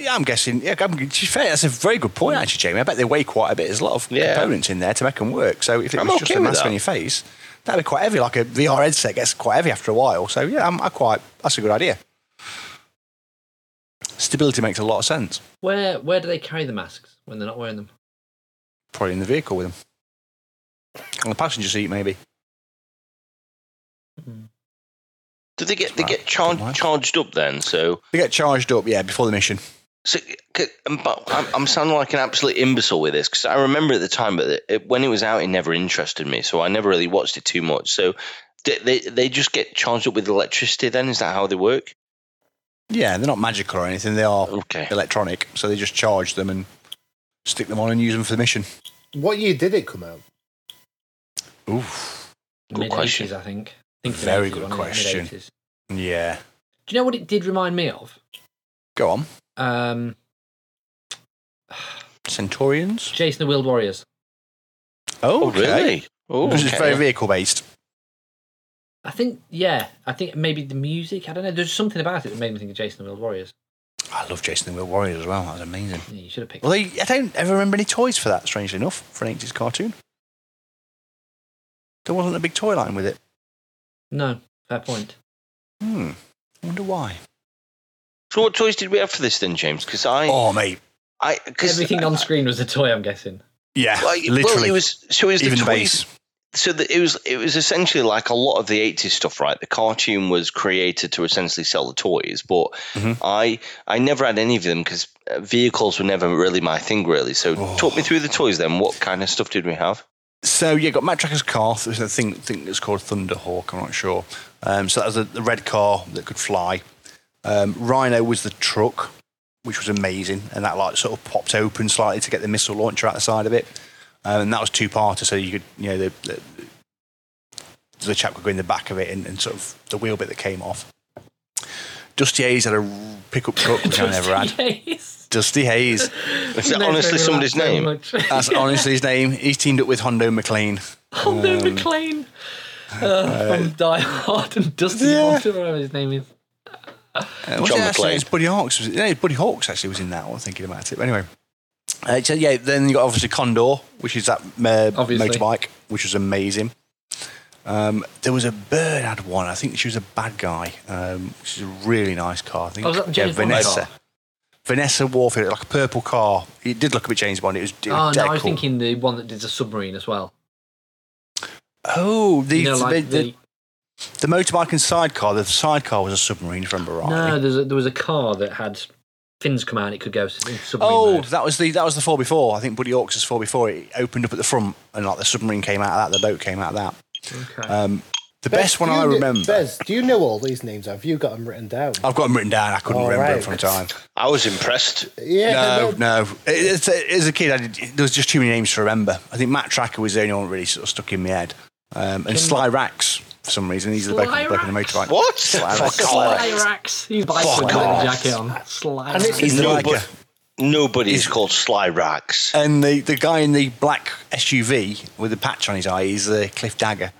B: yeah, I'm guessing. Yeah, I'm, to be fair, that's a very good point, actually, Jamie. I bet they weigh quite a bit. There's a lot of
C: Yeah.
B: components in there to make them work. So if it
C: I'm
B: was just
C: okay
B: a
C: with
B: mask
C: that.
B: on your face, that'd be quite heavy. Like a VR headset gets quite heavy after a while. So yeah, I'm, I quite. That's a good idea. Stability makes a lot of sense.
A: Where where do they carry the masks when they're not wearing them?
B: Probably in the vehicle with them. On the passenger seat, maybe.
C: Do they get they
B: Right.
C: get char-
B: Right.
C: charged up then? So,
B: They get charged up, yeah, before the mission.
C: so c- I'm, but I'm, I'm sounding like an absolute imbecile with this because I remember at the time, but it- it, when it was out, it never interested me, so I never really watched it too much. So, they they, they just get charged up with electricity. Then is that how they work?
B: Yeah, they're not magical or anything. They are
C: Okay.
B: electronic, so they just charge them and stick them on and use them for the mission.
D: What year did it come out?
B: Oof.
C: Good
A: Mid
C: question.
A: eighties, I think. I think it's
B: Very
A: mid-eighties,
B: good
A: wasn't it?
B: question.
A: Mid-eighties.
B: Yeah.
A: Do you know what it did remind me of?
B: Go on.
A: Um,
B: Centaurians.
A: Jason the Wild Warriors.
B: Oh,
C: Oh, really? Oh,
B: Because it's
C: okay.
B: very vehicle based.
A: I think, yeah, I think maybe the music. I don't know. There's something about it that made me think of Jason the Wild Warriors.
B: I love Jason and the Wild Warriors as well. That was amazing.
A: Yeah, you should have picked.
B: Well, they, I don't ever remember any toys for that, strangely enough, for an 80s cartoon. There wasn't a big toy line with it.
A: No, fair point.
B: Hmm. I wonder why.
C: So, what toys did we have for this then, James? Because I,
B: Oh, mate.
C: I, cause
A: Everything on screen was a toy. I'm guessing.
B: Yeah.
C: Well,
B: literally.
C: well, it was so it was
B: even
C: the
B: the
C: toys-
B: base.
C: so the, it was it was essentially like a lot of the 80s stuff right the cartoon was created to essentially sell the toys but
B: Mhm.
C: i i never had any of them because vehicles were never really my thing really so
B: Oh.
C: talk me through the toys then what kind of stuff did we have
B: So yeah, got Matt Tracker's car. There's a thing, thing that's called Thunderhawk. I'm not sure. Um, so that was the, the red car that could fly. Um, Rhino was the truck, which was amazing, and that like sort of popped open slightly to get the missile launcher out the side of it. Um, and that was two-parter, so you could you know the, the the chap could go in the back of it and, and sort of the wheel bit that came off. Dusty Hayes had a pickup truck, which I never had.
A: Yes.
B: Dusty Hayes.
C: is that honestly somebody's name
B: That's honestly his name. He's teamed up with Hondo McLean.
A: Hondo McLean uh, from Die Hard and Dusty
B: Yeah.
A: Water, whatever his name is.
B: Uh, was
C: John
B: it actually,
C: McClane.
B: it's Buddy Hawks. Was it? Yeah, Buddy Hawks actually was in that one. Thinking about it, but anyway. Uh, so yeah, then you got obviously Condor, which is that uh,
A: Obviously.
B: motorbike, which was amazing. Um, there was a bird had one. I think she was a bad guy, um, which is a really nice car. I think
A: Oh, was that the James Bond Oh.
B: Vanessa.
A: car?
B: Vanessa Warfield, like a purple car. It did look a bit James Bond. It was, it
A: Oh
B: was dead
A: no, I was
B: cool.
A: thinking the one that did the submarine as well.
B: Oh, the,
A: You know, like
B: the,
A: the-
B: the, the motorbike and sidecar. The sidecar was a submarine, if I remember rightly.
A: no, there's a, there was a car that had fins come out. and It could go s- in submarine
B: Oh,
A: mode.
B: that was the that was the four before. I think Buddy Orcs was four before. It opened up at the front, and like the submarine came out of that, the boat came out of that.
A: Okay.
B: Um, the best one
D: do you
B: I
D: kn-
B: remember.
D: Bez, do you know all these names? Have you got them written down?
C: Uh,
B: I've got them written down. I couldn't
D: All
B: remember them from
D: right.
B: time.
C: i was impressed
D: yeah,
B: No,
D: no,
B: no. It- it's- as a kid, I did, there was just too many names to remember. I think Matt Tracker was the only one that really sort of stuck in my head, um, and Sly Rax for some reason. He's the bloke
A: Sly
B: bloke on the
A: Rax?
B: motorbike.
C: What?
B: Sly Rax.
C: Fuck
B: Sly
C: off.
B: Rax.
A: Slyrax. He's bicycling with
C: off.
A: a jacket on.
D: And it's-
A: Slyrax.
B: He's the
C: Nobody-
B: biker.
C: nobody is
B: Is-
C: called sly rax
B: And the, the guy in the black SUV with the patch on his eye is uh, Cliff Dagger.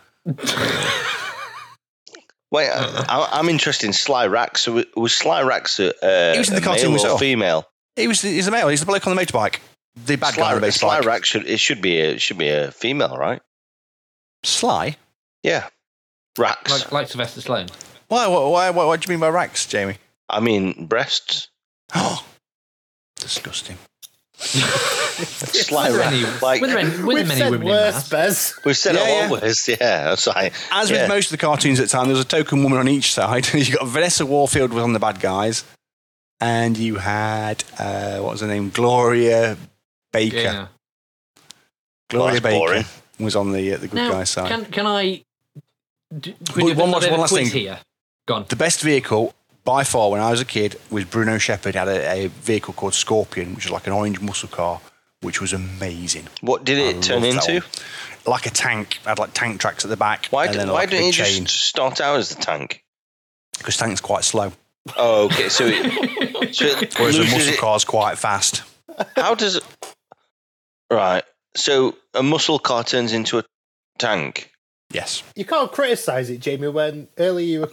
C: wait I, I, i'm interested in sly rax so wa- was sly rax a, uh,
B: He was in the
C: a
B: cartoon we
C: male
B: saw.
C: or female
B: He was the, he's the male. He's the bloke on the motorbike. The bad guy
C: sly,
B: on the
C: sly
B: motorbike.
C: rax should it should be a it should be a female right
B: Sly?
C: yeah rax
A: Like, like Sylvester Stallone.
B: Why, why, why, why, what do you mean by Rax, Jamie?
C: I mean, breasts.
B: Oh, disgusting.
C: Just like, like
A: were there any, were there
D: We've
A: many
D: said
A: women in
D: worse,
A: that?
D: Bez.
C: we've said
B: Yeah,
C: it
B: yeah.
C: all worse. Yeah, that's right.
B: As with
C: Yeah.
B: most of the cartoons at the time, there was a token woman on each side. you got Vanessa Warfield was on the bad guys, and you had uh, what was her name, Gloria Baker.
A: Yeah.
C: Well,
B: Gloria
C: that's
B: Baker
C: boring.
B: was on the uh, the good
A: Now,
B: guy side.
A: Can, can I? Do,
B: Wait,
A: we do
B: one
A: a
B: last-
A: bit of
B: one
A: a
B: last
A: quiz
B: thing.
A: here. Gone.
B: the best vehicle by far when I was a kid was Bruno Shepard had a, a vehicle called Scorpion, which was like an orange muscle car, which was amazing.
C: What did
B: I
C: it turn
B: loved that
C: into?
B: one. Like a tank, had like tank tracks at the back.
C: Why,
B: and
C: d-
B: then
C: why
B: like a
C: didn't you
B: big chain
C: just start out as the tank?
B: because tank's quite slow,
C: Oh, okay. So it, so it
B: whereas a
C: loses
B: muscle
C: it.
B: car's quite fast.
C: How does it. Right. So a muscle car turns into a tank.
B: Yes,
D: You can't criticize it, Jamie. When earlier you were
C: I'm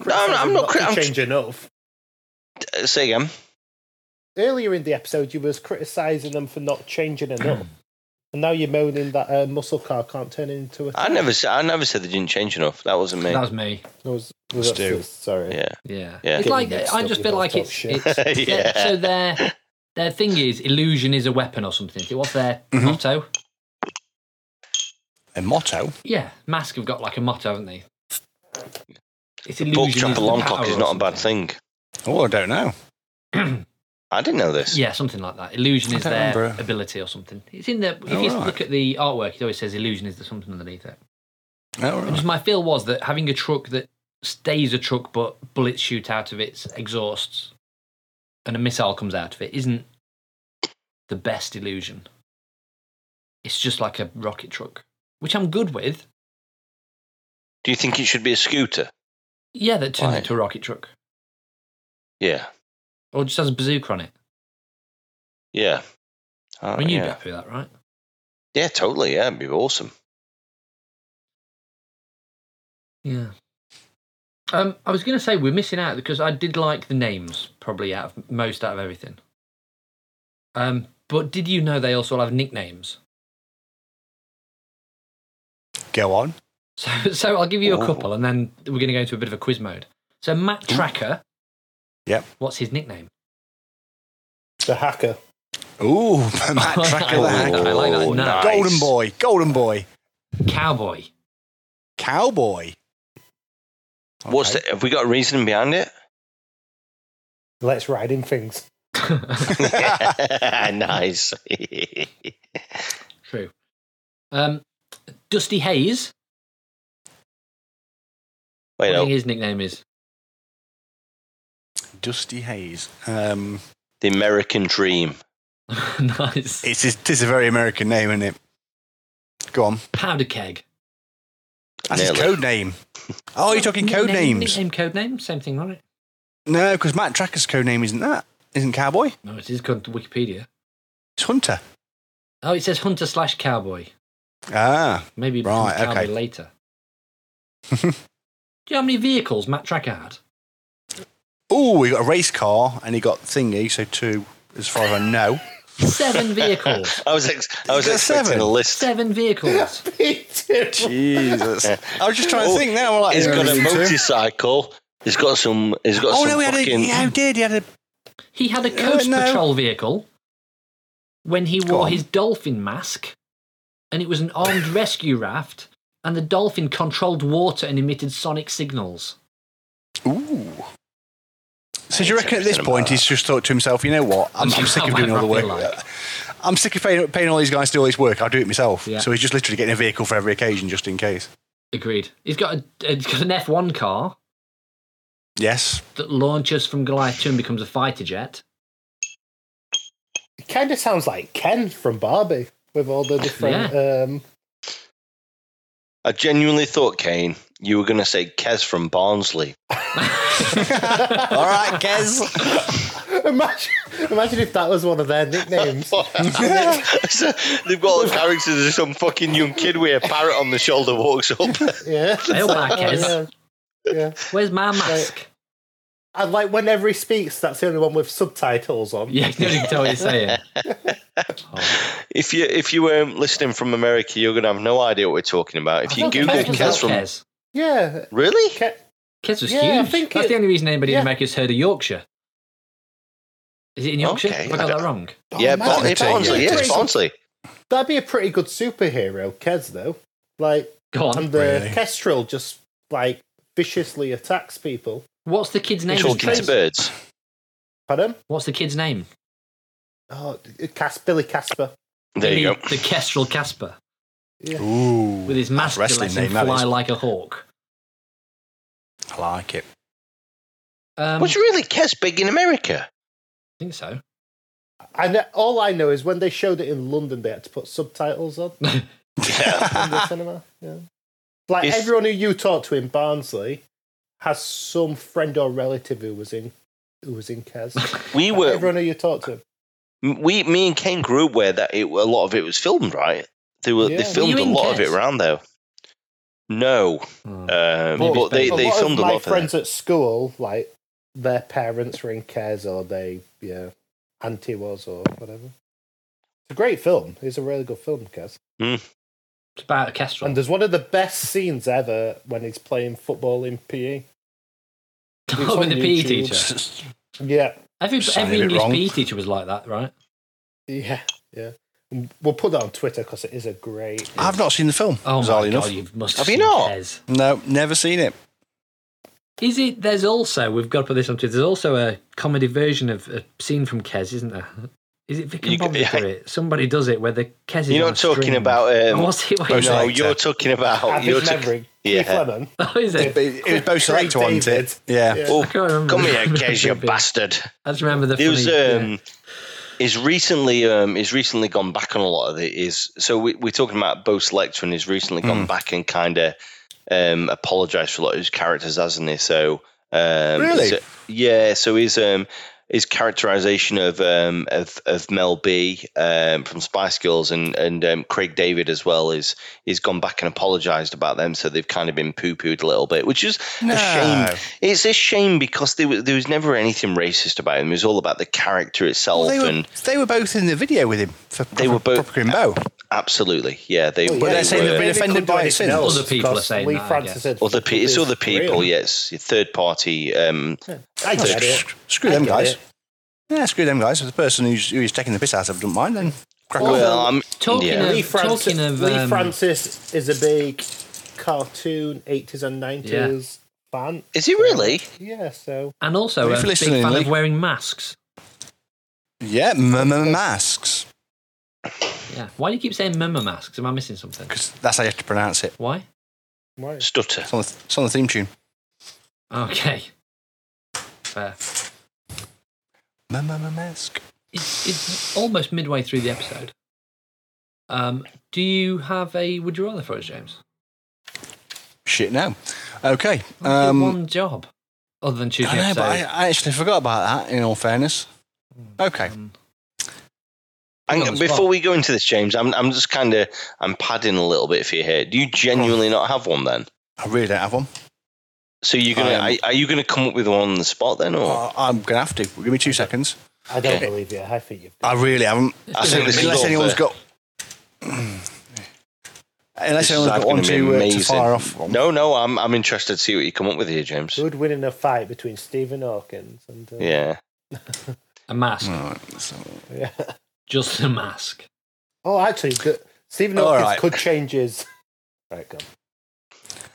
C: not
D: criticizing not,
C: cri-
D: to
C: I'm tr-
D: change enough.
C: Uh, Say again.
D: Earlier in the episode, you was criticizing them for not changing enough,
C: Hmm.
D: and now you're moaning that a muscle car can't turn into a.
C: I never said I never said they didn't change enough. That wasn't me.
A: That was me.
D: No, was, was
B: Let's do.
D: Sorry.
C: yeah.
A: Yeah.
C: Yeah.
A: It's
D: Getting
A: like
D: mixed
A: I
D: up
A: just
D: with
A: feel
D: all
A: like
D: talk
A: it's,
D: shit.
A: it's their-
C: Yeah.
A: so their their thing is illusion is a weapon or something. It was their
C: Mm-hmm.
A: motto.
B: a motto.
A: Yeah, Mask have got like a motto, haven't they? It's
C: Bull
A: illusion
C: trap
A: is the
C: alarm
A: power
C: clock is
A: or
C: not a bad
A: something.
C: thing.
B: Oh, I don't know.
C: I didn't know this.
A: Yeah, something like that. Illusion
B: I
A: is
B: don't
A: their
B: remember.
A: ability or something. It's in the. If
B: Oh,
A: you
B: right.
A: look at the artwork, it always says illusion is the something underneath it.
B: Oh,
A: And
B: right.
A: just my feel was that having a truck that stays a truck but bullets shoot out of its exhausts and a missile comes out of it isn't the best illusion. It's just like a rocket truck, which I'm good with.
C: Do you think it should be a scooter?
A: Yeah, that turns
C: Why?
A: into a rocket truck.
C: Yeah.
A: Or just has a bazooka on it.
C: Yeah. Uh,
A: I mean, you'd be
C: yeah.
A: happy with that, right?
C: yeah, totally. Yeah, it'd be awesome.
A: Yeah. Um, I was going to say we're missing out because I did like the names probably out of most out of everything. Um, but did you know they also all have nicknames?
B: Go on.
A: So, so I'll give you a
C: Oh.
A: couple, and then we're going to go into a bit of a quiz mode. So Matt Tracker.
B: Hmm. Yep.
A: What's his nickname?
D: The hacker.
B: Ooh, Matt Tracker,
A: I
B: the
A: like
B: hack.
A: that. I like that.
C: Oh,
A: No.
C: nice.
B: golden boy, golden boy,
A: Cowboy.
B: cowboy.
C: What's
B: Okay.
C: the, have we got a reason behind it?
D: Let's ride in things.
C: nice.
A: True. Um, Dusty Hayes. What do
C: Wait,
A: you think
C: no,
A: his nickname is?
B: Dusty Hayes? Um,
C: the American Dream.
A: nice.
B: it's it is a very American name, isn't it? Go on.
A: Powder Keg.
B: That's his
C: Nearly.
B: code name. Oh, you're talking code
A: Nickname-
B: names?
A: Nickname, code name. Same thing, right?
B: No, because Matt Tracker's code name isn't that. Isn't Cowboy?
A: No, it is called Wikipedia.
B: It's Hunter.
A: Oh, it says Hunter slash Cowboy.
B: Ah,
A: Maybe it
B: Right,
A: becomes Cowboy
B: okay.
A: later. Do you know how many vehicles Matt Tracker had?
B: oh, he got a race car and he got thingy. So two, as far as I know.
A: Seven vehicles.
C: I was ex- I was
B: got
C: expecting
B: seven.
C: a list.
A: Seven vehicles.
B: Jesus, I was just trying
C: Oh,
B: to think now. I'm like,
C: He's got a
B: "Two."
C: motorcycle. He's got some. He's got
B: Oh
C: some
B: no, he had
C: fucking.
B: a. Yeah, he did. He had a.
A: He had a
B: Uh,
A: coast
B: no.
A: patrol vehicle when he
B: Go
A: wore
B: on.
A: his dolphin mask, and it was an armed rescue raft, and the dolphin controlled water and emitted sonic signals.
B: Ooh. So do you
C: It's
B: reckon at this
C: everything
B: point
C: about
B: he's just thought to himself, you know what? I'm, I'm sick of doing all the
A: I
B: work.
A: feel like.
B: I'm sick of paying, paying all these guys to do all this work. I'll do it myself.
A: Yeah.
B: So he's just literally getting a vehicle for every occasion, just in case.
A: Agreed. He's got, a, he's got an F1 car
B: Yes.
A: that launches from Goliath 2 and becomes a fighter jet.
D: It kind of sounds like Ken from Barbie with all the different. Um,
C: I genuinely thought, Kane, you were going to say Kes from Barnsley.
B: All right, Kez.
D: imagine, imagine if that was one of their nicknames.
C: So They've got all the characters of some fucking young kid with a parrot on the shoulder walks up.
D: yeah.
A: Hail Marquez.
D: Oh, yeah. Yeah.
A: Where's my mask?
D: And like whenever he speaks, that's the only one with subtitles on.
A: Yeah, you can tell what you're saying.
C: If you if you were listening from America, you're going to have no idea what we're talking about. If you
D: thought
C: Google
D: Kes was
C: Kes
D: out
C: from
A: Kes.
D: Yeah.
C: really,
D: Ke-
A: Kes was
D: Yeah, I
A: huge.
D: think
A: That's
D: it-
A: the only reason anybody
D: yeah.
A: in America's heard of Yorkshire. Is it in Yorkshire?
C: Okay,
A: Have I
C: I
A: got
C: don't-
A: that wrong?
D: Oh,
C: yeah,
D: imagine
C: Bon- it's
D: if that was
C: Barnsley.
D: a
C: Yeah, it's
D: pretty-
C: Barnsley.
D: That'd be a pretty good superhero, Kes, though. Like,
A: Go on.
D: and the
B: really.
D: Kestrel just, like, viciously attacks people.
A: What's the kid's name?
C: Talking to
A: Trace-
C: birds.
D: Pardon?
A: What's the kid's name?
D: Oh, Cas- Billy Casper.
C: There you
A: The Kestrel Casper
B: Ooh.
A: with his mask that
B: wrestling
A: lets him
B: name, that
A: fly
B: is.
A: like a hawk.
B: I like it.
A: Um,
C: go. Was really Kes big in America?
A: I think so.
D: I know, all I know is when they showed it in London, they had to put subtitles on in the cinema. Yeah. Like,
C: Yes.
D: everyone who you talk to in Barnsley has some friend or relative who was in who was in Kes.
C: We were
D: everyone who you talk to.
C: we me and Ken grew up where that it, a lot of it was filmed, right? They were
D: Yeah.
C: they
D: Were
C: filmed
A: you
C: a
A: in
C: lot of it
A: Kes?
C: around there. No,
A: Oh.
C: um,
A: Well,
C: but they,
A: a
C: they
D: lot
C: filmed a
D: of
C: lot
D: my
C: of it.
D: friends at school, like their parents were in cares or they, yeah, auntie was or whatever. It's a great film. It's a really good film, Kaz.
A: It's about a Kestrel.
D: And there's one of the best scenes ever when he's playing football in E. PE. it's
A: with
D: on
A: the PE
D: YouTube.
A: teacher.
D: Yeah,
A: Every,
B: Sounded a
A: every
B: bit
A: English
B: wrong.
A: PE teacher was like that, right?
D: yeah, yeah. And We'll put that on Twitter because it is a great.
B: I've not seen the film.
A: Oh my
B: bizarrely
A: god,
B: enough.
A: you must
C: Have you
A: seen
C: not?
A: Kes.
B: No, never seen it.
A: Is it? There's also we've got to put this on Twitter. There's also a comedy version of a scene from Kes, isn't there? Is it Vic and
C: You-
A: Bob that do it? Somebody does it where the Kes is.
C: You're
A: on
C: not
A: a
C: talking
A: string.
C: about, um,
A: And what's it? Wait,
C: No,
B: Bo
A: no.
B: Selector.
C: you're talking about
D: Avid
C: you're talk-
D: memory.
C: Yeah.
D: Keith Lemon.
A: Oh, is it?
B: But it it was both
D: Craig
B: selector, wasn't
D: David.
B: it? Yeah.
D: Yeah.
C: Oh,
A: I can't remember.
C: come here, Kes, you
A: Maybe.
C: bastard.
A: I just remember the funny.
C: It was
A: yeah.
C: um, is recently um, is recently gone back on a lot of it. Is so we, we're talking about Bo Selector and he's recently
B: Hmm.
C: gone back and kind of um, apologized for a lot of his characters, hasn't he? So um,
B: Really?
C: so- yeah. So his um, his characterization of um, of, of Mel B um, from Spice Girls and and um, Craig David as well is is gone back and apologized about them. So they've kind of been poo pooed a little bit, which is
B: No.
C: a shame. It's a shame because there was, there was never anything racist about him. It was all about the character itself
B: Well, they were
C: and
B: they were both in the video with him for
C: They were both-
B: Proper Green Bow.
C: absolutely, yeah, they.
D: Oh,
C: they
B: they're
D: yeah,
B: saying
C: were-
B: they've been
D: maybe
B: offended
D: couldn't do
B: by it
D: anything
B: since.
D: else
A: Other people are
D: because
A: saying
D: Lee
A: that, I
D: Francis had
C: Other pe- it's
D: his
C: other people,
D: career.
C: yes. Third party. Um,
D: I get it.
B: Sc- Screw
D: I
B: them
D: get
B: guys.
D: it.
B: Yeah, screw them guys. If the person who's, who's taking the piss out of them don't mind, then crack on.
C: well, I'm
A: talking
C: yeah.
A: of-
D: Lee Francis,
A: Talking of,
D: Lee
A: um,
D: Francis is a big cartoon 80s and 90s fan.
C: Is he really?
D: Yeah, so
A: and also
B: If
A: a
B: you're
A: big
B: listening,
A: fan
B: Lee-
A: of wearing masks.
B: Yeah, m- m- masks.
A: Yeah. Why do you keep saying mumma masks? Am I missing something?
B: Because that's how you have to pronounce it.
A: Why?
D: right.
C: Stutter.
B: It's on the, it's on the theme tune.
A: Okay. Fair.
B: M- m- m- mask.
A: It's, it's almost midway through the episode. Um, do you have a would you rather for us, James?
B: Shit now. Okay.
A: I'll do
B: Um,
A: one job other than choosing
B: I know,
A: episode.
B: but I, I actually forgot about that, in all fairness. Okay.
A: Um,
C: Hang
A: on
C: on,
A: the spot.
C: before we go into this, James, I'm I'm just kind of I'm padding a little bit for you here. Do you genuinely not have one then?
B: I really don't have one.
C: So you're gonna
B: Um,
C: are, are you gonna come up with one on the spot then, or
B: Oh, I'm going to have to. Give me two seconds.
D: I don't believe you. I think you've
B: I really haven't.
C: I think this is
B: Unless
C: all
B: anyone's
C: the-
B: got. Unless
C: this is
B: anyone's got
C: gonna
B: one
C: be
B: to, uh, to
C: amazing.
B: fire off on.
C: No, no, I'm I'm interested to see what you come up with here, James.
D: would win in a fight between Stephen Hawkins and uh,
C: Yeah.
A: a
B: Hmm.
A: mask,
B: Alright, so-
D: yeah.
A: just a mask.
D: Oh, actually, the, Stephen
B: All
D: Hawkins
B: right.
D: could change his. Right, go.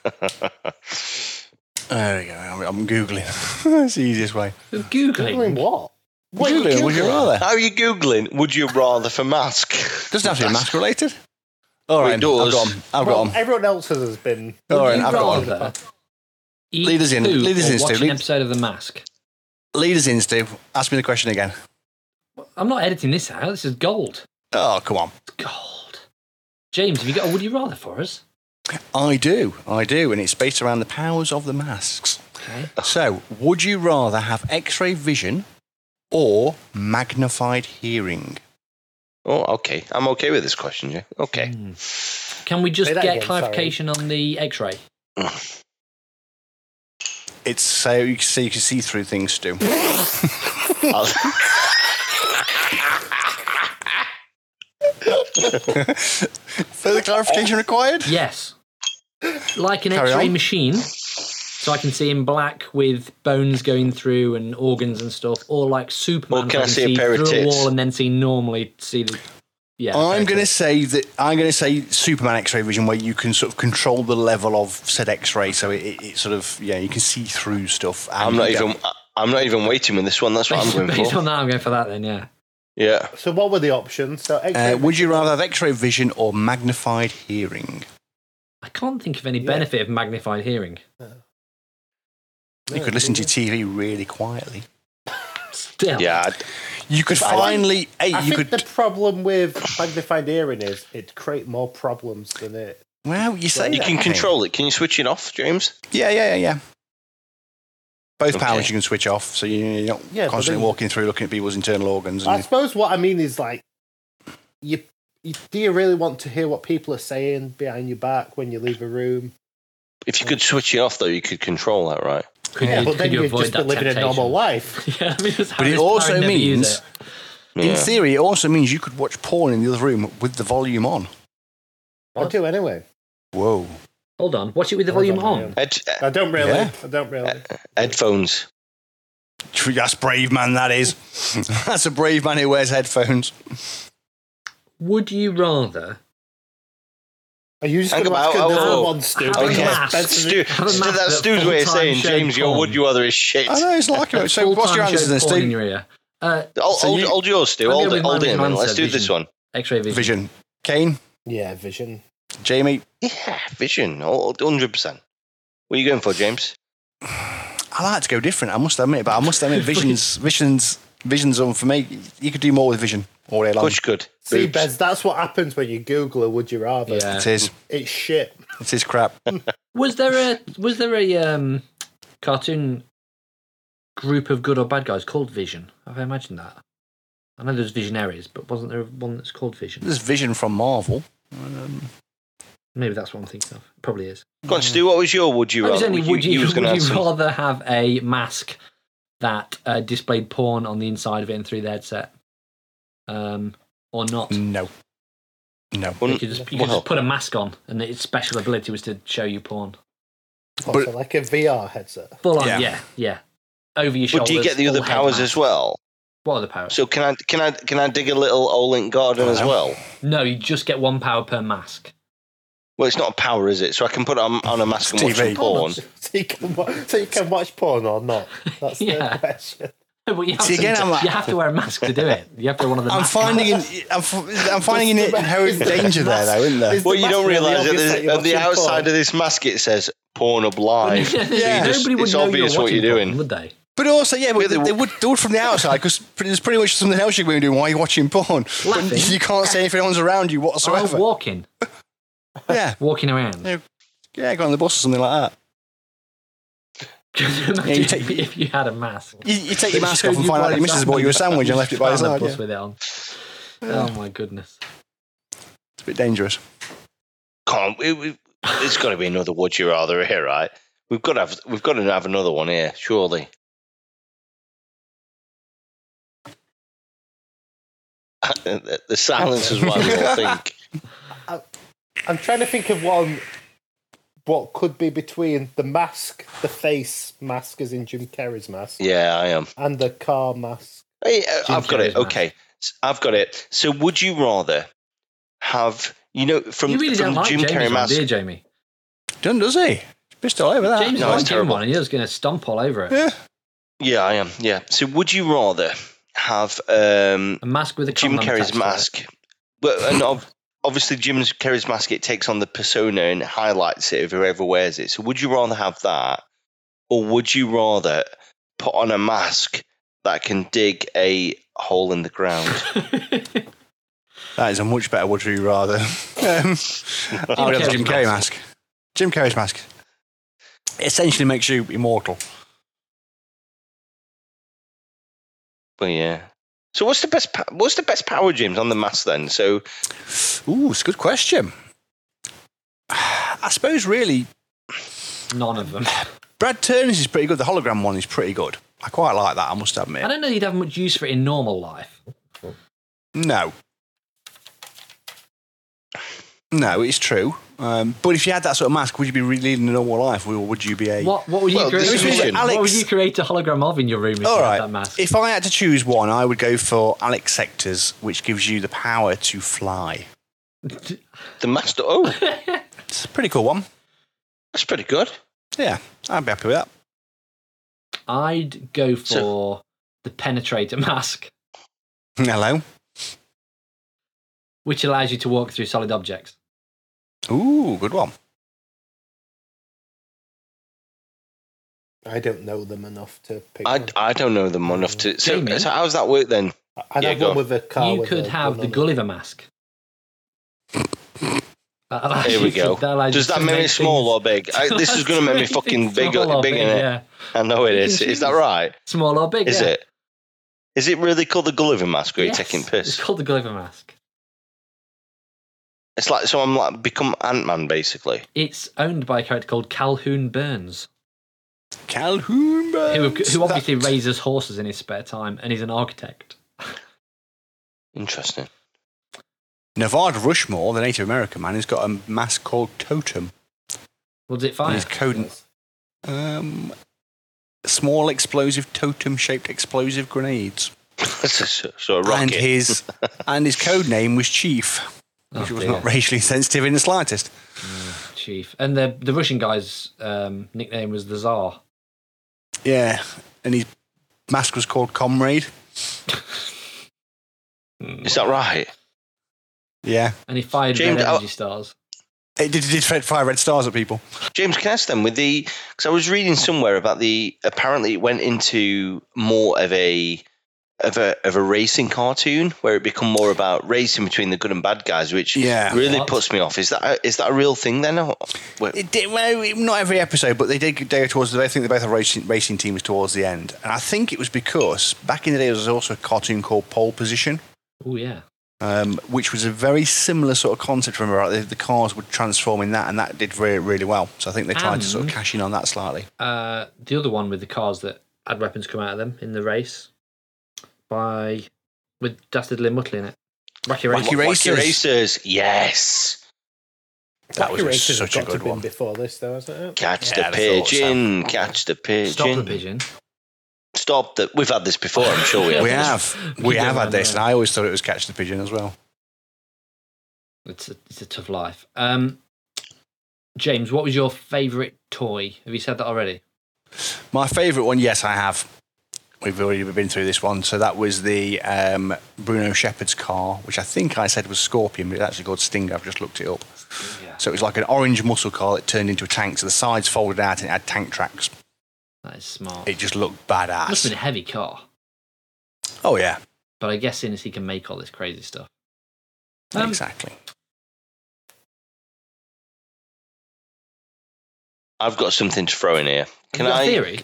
D: on.
B: There we go. I'm, I'm googling. That's the easiest way.
A: Googling.
D: Googling what?
B: googling, would you rather?
C: How are you googling? Would you rather for mask?
B: Doesn't have to be mask related. All
C: Well, it
B: right, I've got
C: does.
B: 'em. I've
D: Well,
B: got 'em.
D: everyone else has been.
B: All right,
A: you
B: I've got 'em.
A: rather eat
B: Lead us in,
A: poop
B: lead us
A: or
B: in,
A: watch
B: Stu,
A: an
B: lead-
A: episode of The Mask.
B: Lead us in, Stu. Ask me the question again.
A: I'm not editing this out. This is gold.
B: Oh, come on.
A: It's gold. James, have you got a would you rather for us?
B: I do. I do. And it's based around the powers of the masks.
A: Okay.
B: So, would you rather have x ray vision or magnified hearing?
C: Oh, okay. I'm okay with this question, yeah. Okay.
A: Hmm. Can we just
D: Say that
A: get
D: again, sorry.
A: clarification on the X-ray?
B: It's so you, can- so you can see through things, Stu.
C: I'll-
B: Further clarification required?
A: Yes. Like an
B: Carry
A: X-ray
B: on.
A: machine, So I can see him black with bones going through and organs and stuff, or like Superman.
C: Or can I see a
A: see
C: pair of
A: through a
C: tits?
A: wall and then see normally see the. Yeah,
B: I'm
A: okay,
B: going to
A: cool.
B: say that I'm going to say Superman X-ray vision, where you can sort of control the level of said X-ray, so it, it, it sort of yeah, you can see through stuff. and
C: I'm not
B: you don't-
C: even. I'm not even waiting with this one. That's what I'm
A: Based,
C: going
A: based
C: for.
A: on that, I'm going for that then. Yeah,
C: Yeah.
D: So what were the options? So X-ray
B: Uh, would you rather have X-ray vision or magnified hearing?
A: I can't think of any
D: Yeah.
A: benefit of magnified hearing.
B: You could listen to TV really quietly.
A: Still,
C: Yeah.
B: You could
D: I-
B: finally, hey,
D: I
B: you
D: think
B: could.
D: the problem with magnified hearing is it create more problems than it.
B: well, you say
C: You
B: that,
C: can
B: hey.
C: control it. Can you switch it off, James?
B: Yeah, yeah, yeah, yeah. Both
C: Okay.
B: powers you can switch off, so you- you're not
D: Yeah, but
B: constantly
D: then-
B: walking through looking at people's internal organs.
D: I
B: And
D: suppose what I mean is like, you, you do you really want to hear what people are saying behind your back when you leave a room?
C: If you could switch it off, though, you could control that, right?
A: could
D: yeah,
A: you,
D: but
A: could
D: then
A: you
D: you'd
A: avoid
D: just be
A: that
D: living a
A: temptation?
D: normal life.
A: yeah, I mean, that's how
B: But it
A: this power
B: also
A: never use
B: means-
A: it.
C: Yeah.
B: In theory, it also means you could watch porn in the other room with the volume on.
D: I do anyway.
B: Whoa.
A: Hold on, watch it with the
D: Hold
A: volume
D: on,
A: on.
C: Head, uh,
D: I don't really.
B: Yeah.
D: I don't really.
C: headphones.
B: That's brave man, that is. That's a brave man who wears headphones.
A: Would you rather
D: Are you just
C: Think
D: going to ask
C: about-
D: another
C: oh,
D: one, Stu?
A: how
D: Because
C: Okay.
A: mask.
D: that's-
C: Stu,
A: Have a
C: Stu-
A: mask
C: that's
A: that
C: Stu's way of
A: full-time
C: saying,
A: showed
C: James, your
A: porn.
C: would you other is shit.
B: I know, it's like it. So, what's your
A: full-time
B: answer
A: shows
B: then,
A: porn in
B: Steve?
A: your ear? Uh,
C: Hold,
B: So
C: hold,
B: you-
C: hold yours, Stu.
A: I'm
C: Hold
A: gonna
C: it, hold it
A: remind
C: in a
A: you
C: minute.
A: to
C: Let's
A: answer
C: do this
A: vision.
C: one.
A: X-ray vision.
B: Vision. Kane,
D: yeah, vision.
B: Jamie.
C: Yeah, vision. All- 100%. What are you going for, James?
B: I like to go different, I must admit, but I must admit, visions, visions, visions on for me. You could do more with vision all day
C: Of
B: long.
C: course you could.
D: See,
C: Boobs.
D: Bez, that's what happens when you Google a would you rather.
A: Yeah.
B: It is.
D: It's shit.
B: It is crap.
A: Was there a was there a um, cartoon group of good or bad guys called Vision? Have I imagined that? I know there's Visionaries, but wasn't there one that's called Vision?
B: There's vision from Marvel.
A: Maybe that's what I'm thinking of. Probably is.
C: Go on, Stu. What was your would you
A: I
C: rather?
A: was only,
C: You-
A: would you,
C: you was gonna
A: would you
C: ask some-
A: rather have a mask that uh, displayed porn on the inside of it and through the headset, um, or not?
B: No. No.
A: You could, just, you could
C: Well,
A: just put a mask on, and its special ability was to show you porn.
D: Also, like a VR headset.
A: Full on,
B: Yeah.
A: yeah, yeah. Over your
C: but
A: shoulders.
C: do you get the other
A: full head
C: powers
A: mask.
C: as well?
A: What are the powers?
C: So can I can I can I dig a little Olink garden as well?
A: No, you just get one power per mask.
C: Well, it's not a power, is it? So I can put it on, on a mask and watch
B: TV.
C: some porn.
D: So you, can, wa- so you can watch porn or not? That's
A: Yeah.
D: the question.
A: But you have,
B: See,
A: to,
B: again, I'm like-
A: you have to wear a mask to do it. You have to wear one of the.
B: I'm
A: mask
B: finding, in,
A: masks.
B: I'm, f- I'm finding an inherent danger there, though, isn't there?
D: Is-
C: Well,
D: The
C: you don't
D: mask really
C: realise that
D: obvious
C: there's-
D: that you're
C: on the
D: watching
C: outside
D: porn.
C: of this mask it says "porn up live." So you
B: Yeah.
C: just-
A: Nobody would
C: it's
A: know
C: obvious
A: you're
C: what you're
A: watching porn,
C: doing.
A: would they?
B: But also, yeah,
C: Yeah,
B: but
C: they
B: they, they
C: w-
B: would do it from the outside because there's pretty much something else you're going to be doing while you're watching porn.
A: Laughing.
B: But you can't see anything else around you
A: So
B: whatsoever.
A: walking,
B: yeah,
A: walking around.
B: yeah, go on the bus or something like that.
A: Imagine
B: you take-
A: if you had a mask.
B: You, you take your
A: That
B: mask
A: showed
B: off and
A: you
B: find
A: what
B: out your missus bought you a sandwich and left it by
A: You
B: his
A: just found
B: side.
A: the bus
B: yeah.
A: with it on. Oh my goodness!
B: It's a bit dangerous.
C: Can't. We, we, there's got to be another "Would you rather" here, right? We've got to have. We've got to have another one here, surely. the, the silence is why we all think.
D: I'm trying to think of one. What could be between the mask, the face mask, as in Jim Carrey's mask,
C: Yeah, I am.
D: and the car mask?
C: Hey, uh,
A: Jim
C: I've got it.
A: Carrey's mask.
C: Okay, S- I've got it. So, would you rather have you know from
A: you really
C: from
A: don't like
C: Jim
A: Jamie's
C: Carrey
A: one, do
C: mask?
A: you, Jamie?
B: Done, does he? Pissed all over that.
A: James
C: No, it's
A: liked him
C: terrible.
A: one, and he was going to stomp all over it.
B: Yeah.
C: Yeah, I am. Yeah. So, would you rather have um,
A: A mask with a
C: Jim
A: condom attached
C: Carrey's
A: to it.
C: mask? Well, and ob- obviously, Jim Carrey's mask it takes on the persona and highlights it if whoever wears it. So, would you rather have that, or would you rather put on a mask that can dig a hole in the ground?
B: That is a much better would you rather. um, I would have the Jim
A: Carrey's
B: Carrey
A: mask.
B: mask. Jim Carrey's mask. It essentially makes you immortal.
C: Well, yeah. So what's the best? pa- What's the best power, James, on the mask then? So
B: Ooh, it's a good question. I suppose really,
A: None of them.
B: Brad Turner's is pretty good. The hologram one is pretty good. I quite like that. I must
A: I
B: admit.
A: don't know. You'd have much use for it in normal life.
B: No, no, it's true. Um, but if you had that sort of mask, would you be re- leading a normal life, or would you be a?
A: What what would you
C: Well,
A: create?
C: this is
A: What,
B: Alex-
A: would you create a hologram of in your room if
B: All
A: you
B: right.
A: had that mask?
B: If I had to choose one, I would go for Alex Sectors, which gives you the power to fly.
C: The master. Oh,
B: It's a pretty cool one.
C: that's pretty good.
B: Yeah, I'd be happy with that.
A: I'd go for
C: So-
A: the penetrator mask,
B: Hello.
A: which allows you to walk through solid objects.
B: Ooh, good one.
D: I don't know them enough to pick.
C: I,
D: one.
C: I don't know them enough to. So,
A: Jamie?
C: so how's that work then?
D: I'd
C: yeah,
D: have
C: go on.
D: one with a car.
A: you
D: with
A: could
D: a
A: have the
D: gun on it.
A: Gulliver mask. That allows
C: Here
A: you
C: we
A: to-
C: go.
A: that allows you
C: Does
A: to
C: that make me
A: make
C: small
A: things-
C: or big? I, this is going to make me fucking
A: things
C: big,
A: small or
C: big in it.
A: Yeah.
C: I know it
A: You
C: is.
A: can
C: Is that
A: choose.
C: right?
A: Small or big?
C: Is
A: yeah.
C: it? Is it really called the Gulliver mask? Or are you
A: Yes,
C: taking
A: It's
C: piss?
A: called the Gulliver mask.
C: It's like so. I'm like become Ant Man basically.
A: It's owned by a character called Calhoun Burns,
B: Calhoun.
A: who,
B: Burns.
A: who obviously
B: That-
A: raises horses in his spare time, and he's an architect.
C: Interesting.
B: Nevada Rushmore, the Native American man, has got a mask called Totem.
A: What does it
B: And
A: find?
B: his code um, small explosive totem shaped explosive grenades.
C: so, so a
B: And
C: rocket.
B: his and his code name was Chief,
A: Oh,
B: which was
A: dear.
B: not racially sensitive in the slightest.
A: chief. And the the Russian guy's um, nickname was the Tsar.
B: Yeah, and his mask was called Comrade.
C: Is that right?
B: Yeah,
A: And he fired
C: James,
A: red
C: I-
A: energy stars.
B: it did, it did fire red stars at people.
C: James, can I ask them with the? Because I was reading somewhere about the. Apparently, it went into more of a of a of a racing cartoon where it become more about racing between the good and bad guys, which
B: Yeah.
C: really
A: What?
C: puts me off. Is that a, is that a real thing then? Or, wait,
B: It did, well, not every episode, but they did go towards. The, I think they both are racing, racing teams towards the end, and I think it was because back in the day there was also a cartoon called Pole Position.
A: Oh yeah.
B: um, which was a very similar sort of concept. Remember, right? the, the cars would transform in that, and that did really, really well. So I think they tried to sort of
A: And-
B: cash in on that slightly.
A: Uh, the other one with the cars that had weapons come out of them in the race by with Dastardly and Muttley in it. Wacky Race.
B: Wacky- Racers.
C: Racers. Yes.
B: That was
D: Accuracy has
B: such a
D: got to
B: good
D: have been
B: one.
D: Before this, though, hasn't it?
C: Catch
B: Yeah,
C: the
B: I thought so.
C: pigeon. Catch the pigeon.
A: Stop the pigeon.
C: Stop the. We've had this before. I'm sure we have.
B: We have, we
A: You
B: have
A: don't
B: had this, and
A: remember.
B: I always thought it was Catch the Pigeon as well.
A: It's a, it's a tough life. Um, James, what was your favourite toy? Have you said that already?
B: My favourite one, yes, I have. We've already been through this one, so that was the um, Bruno Shepherd's car, which I think I said was Scorpion, but it's actually called Stinger. I've just looked it up.
A: Yeah.
B: So it was like an orange muscle car that turned into a tank. So the sides folded out and it had tank tracks.
A: That is smart.
B: It just looked
A: must have been
B: badass.
A: a heavy car.
B: Oh yeah,
A: But I guess seeing as he can make all this crazy stuff. Um,
B: exactly.
C: I've got something to throw in here. Can
A: you got a
C: I?
A: theory?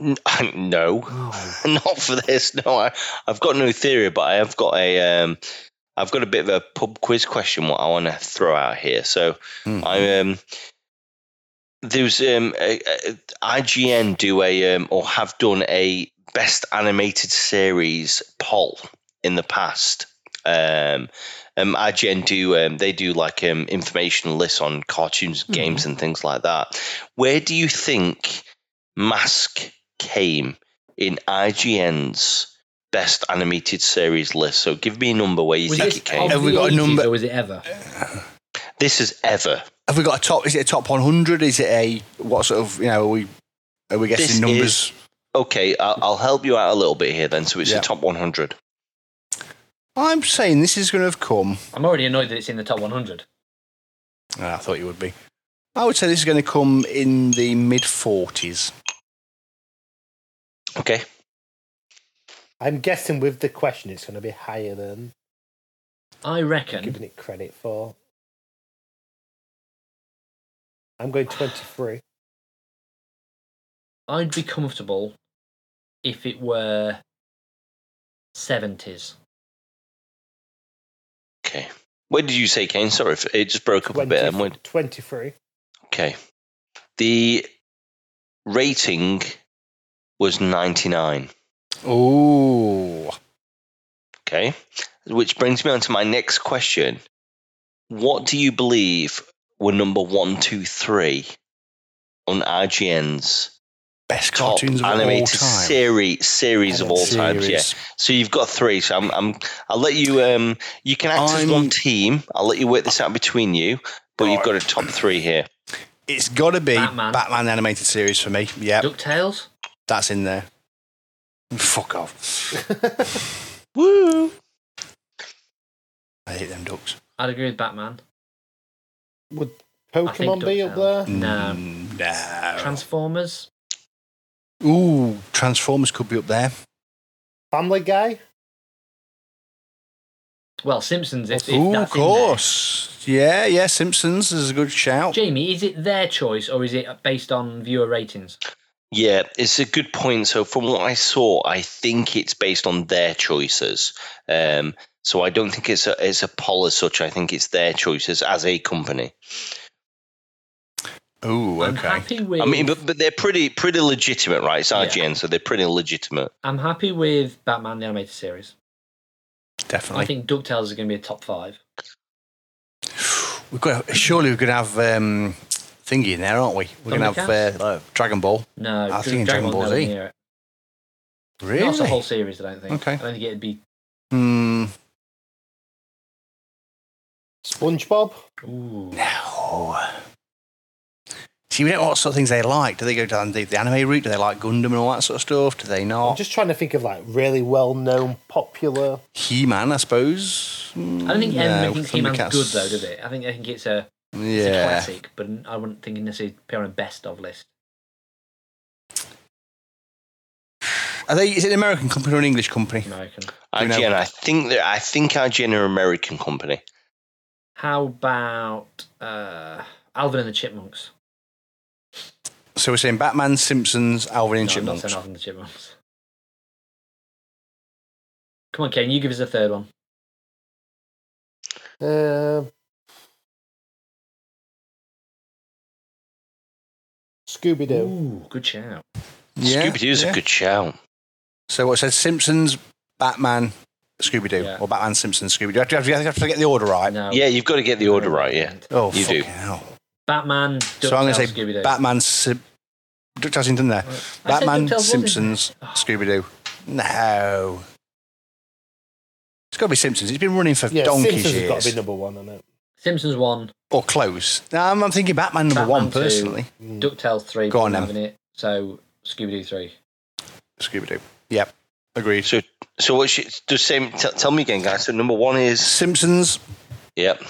C: N- no.
A: Oh,
C: not for this. No, I, I've got no theory, but I have got a, um, I've got a bit of a pub quiz question. What I want to throw out here. So
B: Hmm.
C: I um, there's um, a, a, IGN do a um, or have done a best animated series poll in the past. Um, um, IGN do um, they do like um information lists on cartoons,
A: Hmm.
C: games, and things like that. Where do you think Mask came in IGN's best animated series list? So give me a number where you
A: was
C: think
A: this
C: it came.
A: of
B: Have we
A: the
B: got a
A: 80s
B: number?
A: Or was it ever?
C: This is ever.
B: Have we got a top? Is it a top 100? Is it a what sort of you know? Are we are we guessing
C: This
B: numbers?
C: Okay, I'll, I'll help you out a little bit here then. So it's
B: Yeah.
C: the top 100.
B: I'm saying this is going to have come.
A: I'm already annoyed that it's in the top 100.
B: Ah, I thought you would be. I would say this is going to come in the mid 40s.
C: Okay.
D: I'm guessing with the question, it's going to be higher than
A: I reckon.
D: giving it credit for. I'm going 23.
A: I'd be comfortable if it were 70s.
C: Okay. Where did you say, Kane? Sorry, if- it just broke up a bit.
D: 20
C: And went,
D: 23.
C: okay. The rating was 99.
B: Ooh.
C: Okay. Which brings me on to my next question. What do you believe were number one, two, three on IGN's
B: Best
C: top
B: cartoons of all
C: animated
B: time.
C: series series of all time? Yeah.
B: Series.
C: So you've got three. So I'm, I'm I'll let you um you can act as
B: I'm-
C: one team. I'll let you work this out between you, but you've
B: Right.
C: got a top three here.
B: It's got to be
A: Batman.
B: Batman. animated series for me. Yeah,
A: DuckTales?
B: that's in there. Fuck off.
C: Woo!
B: I hate them ducks.
A: I'd agree with Batman.
D: Would
A: I think
D: Pokemon be up
A: DuckTales.
D: there?
A: No.
B: Mm, no.
A: Transformers?
B: Ooh, Transformers could be up there.
D: Family Guy?
A: Well, Simpsons, if, if
B: Ooh,
A: that's
B: of course. Yeah, yeah. Simpsons is a
A: In
B: good shout.
A: there. Jamie, is it their choice or is it based on viewer ratings?
C: Yeah, it's a good point. So from what I saw, I think it's based on their choices. Um, so I don't think it's a it's a poll as such. I think it's their choices as a company.
B: Ooh,
A: I'm
B: okay.
A: happy with.
C: I mean, but, but they're pretty pretty legitimate, right? It's
A: Yeah.
C: IGN, so they're pretty legitimate.
A: I'm happy with Batman the animated series. I
B: Definitely.
A: think DuckTales is going to be a top five.
B: We've got surely we could have um, thingy in there, aren't we? We're gonna have
A: Thundercats?
B: uh, like Dragon Ball.
A: No,
B: I
A: Dra-
B: think Dragon Ball
A: nowhere
B: Z.
A: near it.
B: Really?
A: Not a whole series, I don't think.
B: Okay.
A: I don't think it'd be.
B: Hmm.
D: SpongeBob?
A: Ooh.
B: No. Oh. See, we don't know what sort of things they like. Do they go down the, the anime route? Do they like Gundam and all that sort of stuff? Do they
D: I'm
B: not?
D: just trying to think of like really well known, popular.
B: He Man, I suppose. Mm,
A: I don't think
B: no,
A: anyone thinks He-Man's
B: Thundercats.
A: good though, do they? I think I think it's a, it's a
B: Yeah.
A: classic, but I wouldn't think it'd necessarily appear on a best of list.
B: Are they? Is it an American company or an English company?
A: American.
B: You know-
C: IGN, I think that I think IGN are an American company.
A: How about uh, Alvin and the Chipmunks?
B: So we're saying Batman, Simpsons, Alvin and
A: No, I'm not
B: Chipmunks.
A: saying Alvin and the Chipmunks. Come on, Kane, you give us a third one.
D: Um Scooby Doo.
A: Ooh, good shout.
C: Scooby Doo's
B: yeah.
C: a good shout.
B: So what it says Simpsons, Batman, Scooby Doo,
A: Yeah.
B: or Batman, Simpsons, Scooby Doo. I have, to- I have to get the order right.
A: No.
C: Yeah, you've got to get the order right. Yeah,
B: Oh,
C: You do.
B: fucking hell.
A: Batman.
B: so I'm
A: DuckTales,
B: going to say
A: Scooby-Doo.
B: Batman, Sim- DuckTales isn't in there.
A: said DuckTales
B: Batman,
A: wasn't.
B: Simpsons,
A: Oh.
B: Scooby Doo. No. It's got to be Simpsons. It's been running for
D: Yeah,
B: donkey's
D: Simpsons has
B: years.
D: got to be number one on it.
A: Simpsons one.
B: or close. No, I'm, I'm thinking Batman number
A: Batman
B: one,
A: two. Mm.
B: personally.
A: DuckTales three.
B: Go on,
A: but
B: then.
A: having it. So Scooby Doo three.
B: Scooby Doo. Yep. Agreed.
C: So so what's your, do same? T- tell me again, guys. So number one is
B: Simpsons,
C: yep,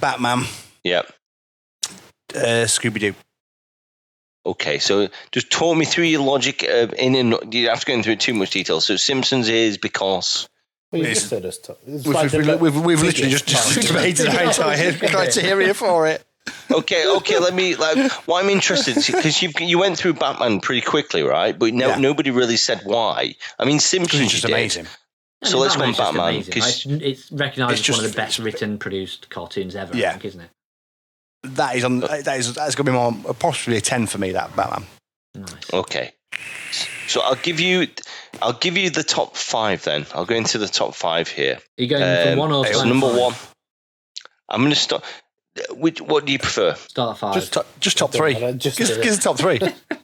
B: Batman,
C: yep.
B: uh, Scooby Doo.
C: Okay, so just talk me through your logic. Uh, in and you have to go into it too much detail. So Simpsons is because
D: Well, you
B: It's-
D: just said us top. It's
B: We've,
D: like
B: we've,
D: the-
B: we've, we've, we've literally just,
D: biggest
B: just
D: top.
B: debated our entire criteria for it.
C: okay, okay. let me like. Well, I'm interested because you you went through Batman pretty quickly, right? But no,
B: Yeah.
C: nobody really said why. I mean,
B: Because
C: Simpsons
B: it's just
C: you did.
B: amazing.
C: So let's go on
A: Batman's just
C: Batman,
A: amazing,
C: 'cause-
A: right? It's- It's recognised
B: It's
A: as one of
B: just-
A: the best
B: it's-
A: written, produced cartoons ever. I
B: Yeah.
A: think, isn't it?
B: That is on. That is that's going to be more possibly a ten for me. That Batman.
A: Nice.
C: Okay. So I'll give you, I'll give you the top five. Then I'll go into the top five here.
A: Are you going from
C: Um,
A: one or
B: it's
C: So
A: start
C: number
A: five?
C: one, I'm going to start. Which what do you prefer?
A: Start at five.
B: Just top, just top
D: Don't
B: three.
D: matter, just
B: Give us-
D: do it.
B: give us the top three.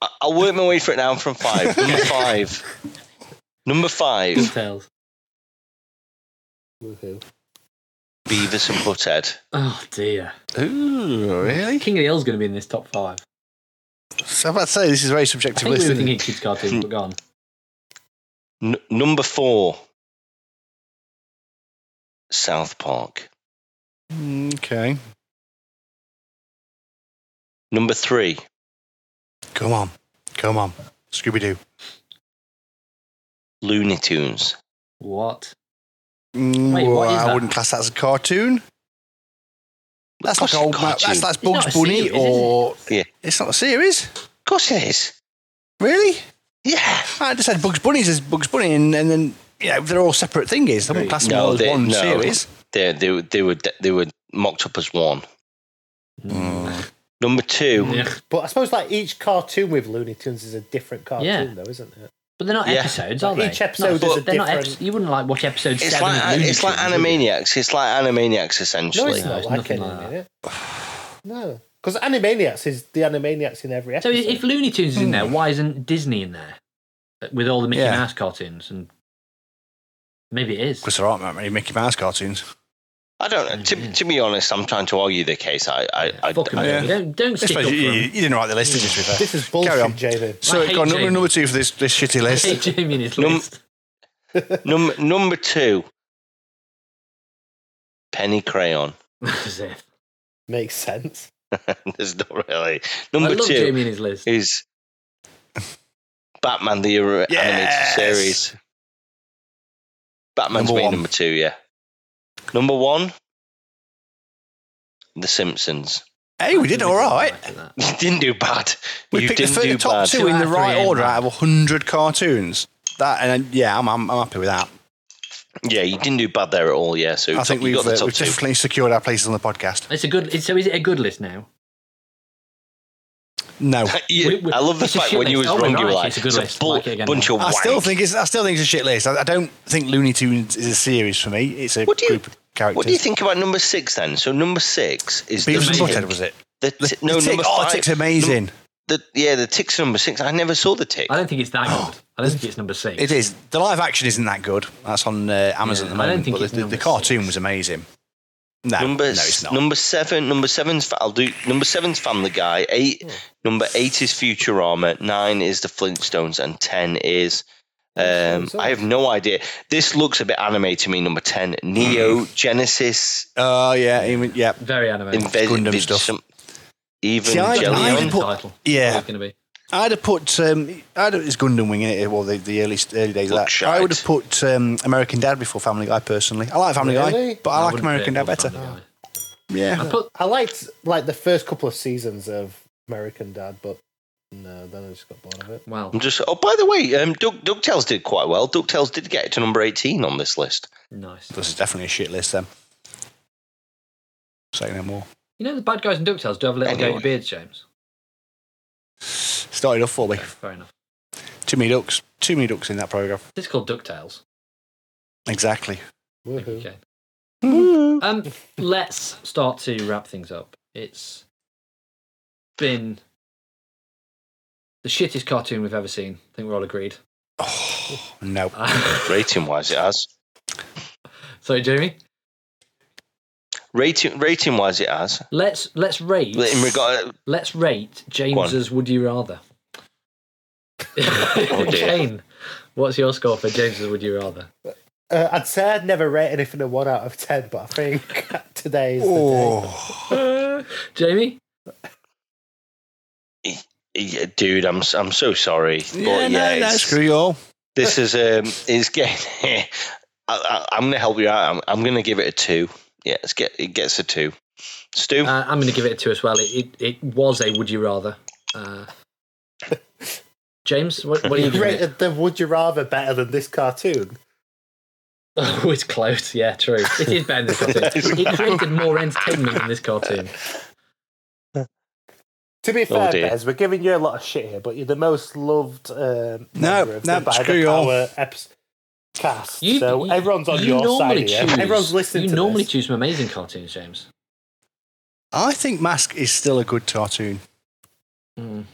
C: I- I'll work my way for it now from five. Number five. Number five.
A: DuckTales.
D: Woohoo.
C: Beavis and Butthead.
A: Oh dear.
B: Ooh, really?
A: King of the Hill's going to be in this top five.
B: So I'm about to say this is very
A: I
B: subjective
A: think we were
B: listening.
A: thinking kids cartoons, but gone.
C: N- number four. South Park.
B: okay,
C: Number three.
B: come on, come on, Scooby Doo.
C: Looney Tunes.
A: What?
B: Mm,
A: Wait, what
B: well,
A: is
B: I
A: that?
B: wouldn't class that as a cartoon. That's
C: Of
B: like
C: course
B: old.
C: it's a
B: Ma- that's
C: cartoon.
B: that's
A: It's not
B: Bugs
A: a
B: Bunny,
A: series, is it?
B: or
C: Yeah.
B: it's not a series,
C: Of course it is.
B: really.
C: Yeah.
B: I just had Bugs Bunny's as Bugs Bunny, and, and then you know they're all separate thingies. I wouldn't class them all as one series.
C: They, they, were- they were they were mocked up as one. Number two,
A: Ugh.
C: Mm.
D: But I suppose like each cartoon with Looney Tunes is a different cartoon
A: Yeah.
D: though, isn't it?
A: But they're not
C: Yeah.
A: episodes, are they?
D: Each episode
A: No,
D: is a
A: they're not
D: different-
A: you wouldn't like watch episode
C: It's
A: seven.
C: like uh,
A: of
C: it's like
A: Looney Tunes, would you?
C: Animaniacs. It's like Animaniacs
D: No,
C: essentially.
D: it's not
A: it's
D: like
A: nothing like
D: Animaniacs. no, because Animaniacs is the Animaniacs in every
A: So
D: episode.
A: if Looney Tunes is in there, why isn't Disney in there with all the Mickey
B: Hmm. Yeah.
A: Mouse cartoons? And maybe it is.
B: Because there aren't that many Mickey Mouse cartoons.
C: I don't know. To, to be honest, I'm trying to argue the case. I I, I,
A: Fuck 'em,
C: I-
A: Jamie. Don't don't
B: I
A: stick up
B: suppose
A: for
B: you, you,
A: 'em.
B: you didn't write the list, did you, to be fair?
D: this is
B: Carry on.
D: bullshit, Jamie.
B: So
A: I
B: it got
A: hate
B: number,
A: Jamie.
B: number two for this, this shitty list.
A: Hey, Jamie and his
C: Num-
A: list.
C: Num- number two, Penny Crayon.
A: As if.
D: Makes sense.
C: There's not really
A: I
C: number
A: love
C: two
A: Jamie and his list.
C: is Batman the Ar-
B: Yes!
C: animated series. Batman's
B: Number
C: been
B: one.
C: number two, yeah. Number one, The Simpsons.
B: Hey, we did all right.
C: You didn't do bad.
B: We
C: you
B: picked the,
C: didn't
B: fir-
C: do
B: top
C: bad.
B: two
A: Two
B: in the
A: out of
B: right
A: three,
B: order
A: man.
B: out of 100 cartoons. That and then, yeah, I'm, I'm, I'm happy with that.
C: Yeah, you didn't do bad there at all. Yeah, so
B: I
C: top-
B: think
C: you
B: we've,
C: got the
B: uh,
C: top
B: we've
C: two.
B: definitely secured our places on the podcast.
A: It's a good. It's, so is it a good list now?
B: No,
C: Yeah,
A: We- we-
C: I love the
A: it's a
C: fact
A: shit
C: when you was
A: list. Oh my
C: wrong, you were
A: gosh,
C: like,
A: it's a good list. I
C: bu-
A: like it again
C: bunch
A: now.
C: of
B: I still
C: wank."
B: think it's I still think it's a shit list. I, I don't think Looney Tunes is a series for me. It's a
C: What do you-
B: group of characters.
C: What do you think about number six then? So number six is the
B: Beavis and
A: amazing?
B: Butthead was it?
C: The
B: The,
C: t- no,
B: the tick,
C: number
B: oh,
C: five.
B: tick's amazing.
C: The, yeah, the tick's number six. I never saw the tick.
A: I don't think it's that good. I don't think it's number six.
B: Oh. It is. The live action isn't that good. That's on uh, Amazon
A: Yeah,
B: at the
A: I don't
B: moment.
A: think
B: but
A: it's
B: the, the,
A: number
B: the cartoon
A: six.
B: was amazing. No,
C: number
B: Um, no,
C: s-
B: it's not.
C: number seven. Number seven's. fa- I'll do number seven's. Family Guy.
B: Hmm.
C: Eight. Number eight is Futurama. Nine is the Flintstones, and ten is. Um,
D: Flintstones.
C: I have no idea. This looks a bit anime to me. Number ten, Neo
B: Hmm.
C: Genesis
B: Oh yeah, even, yeah,
A: Very animated.
C: Inve-
B: Gundam
C: Inve-
B: stuff.
C: some- Even
B: See, I- I
C: Evangelion.
B: even put-
A: title.
B: yeah.
A: It's gonna be.
B: I'd have put. Um, I'd have, it's Gundam Wing in it. Well, the, the early early days. Of
C: Look
B: that.
C: shite.
B: I would have put um, American Dad before Family Guy. Personally, I like Family
D: Really?
B: Guy, but I, like
A: wouldn't put
B: American Dad
A: it
B: better.
A: above Family Guy.
B: Yeah,
A: I put
D: I liked like the first couple of seasons of American Dad, but no, then I just got bored of it.
A: well.
C: I'm just. Oh, by the way, um, Duck, Ducktales did quite well. Ducktales did get to number eighteen on this list.
A: Nice.
B: this is definitely a shit list. Then. Say no more.
A: You know the bad guys in Ducktales do have a little
C: Anyway.
A: goatee beards, James.
B: Started off for me.
A: Okay, fair enough.
B: Too many ducks. Too many ducks in that program.
A: This is called Ducktales.
B: Exactly.
A: Thank you,
D: Woohoo!
A: Kane. Um, let's start to wrap things up. It's been the shittest cartoon we've ever seen. I think we're all agreed.
B: Oh no.
C: Rating wise, it has.
A: Sorry, Jamie.
C: Rating rating wise, it has.
A: Let's let's rate.
C: But In regard,
A: Let's rate James's Would You Rather.
C: dear.
A: Kane, what's your score for James's Would You Rather?
D: Uh, I'd say I'd never rate anything a one out of ten, but I think today's the
B: Oh.
A: Jamie?
C: yeah, dude, I'm s- I'm so sorry,
B: Yeah,
C: but yeah,
B: no, no,
C: it's-
B: screw you all.
C: this is um, it's getting. I, I, I'm gonna help you out. I'm, I'm gonna give it a two. Yeah, it's get it gets a two. Stu,
A: Uh, I'm going to give it a two as well. It, it, it was a Would You Rather. Uh, James, what, what are you
D: day. You
A: giving it?
D: rated the Would You Rather better than this cartoon.
A: Oh, it's close. Yeah, true. It is better than this cartoon. It created more entertainment than this cartoon.
D: To
A: Oh,
D: be fair,
C: dear.
D: Bez, we're giving you a lot of shit here, but you're the most loved um,
B: No,
D: member of
B: no,
D: the By
B: screw
D: the
B: you all.
D: Power eps- cast.
A: You-
D: so
A: you-
D: everyone's on
A: you
D: your side
A: normally
D: here.
A: choose-
D: Everyone's listening
A: You
D: to
A: normally
D: this.
A: choose some amazing cartoons, James.
B: I think Mask is still a good cartoon.
A: Mm.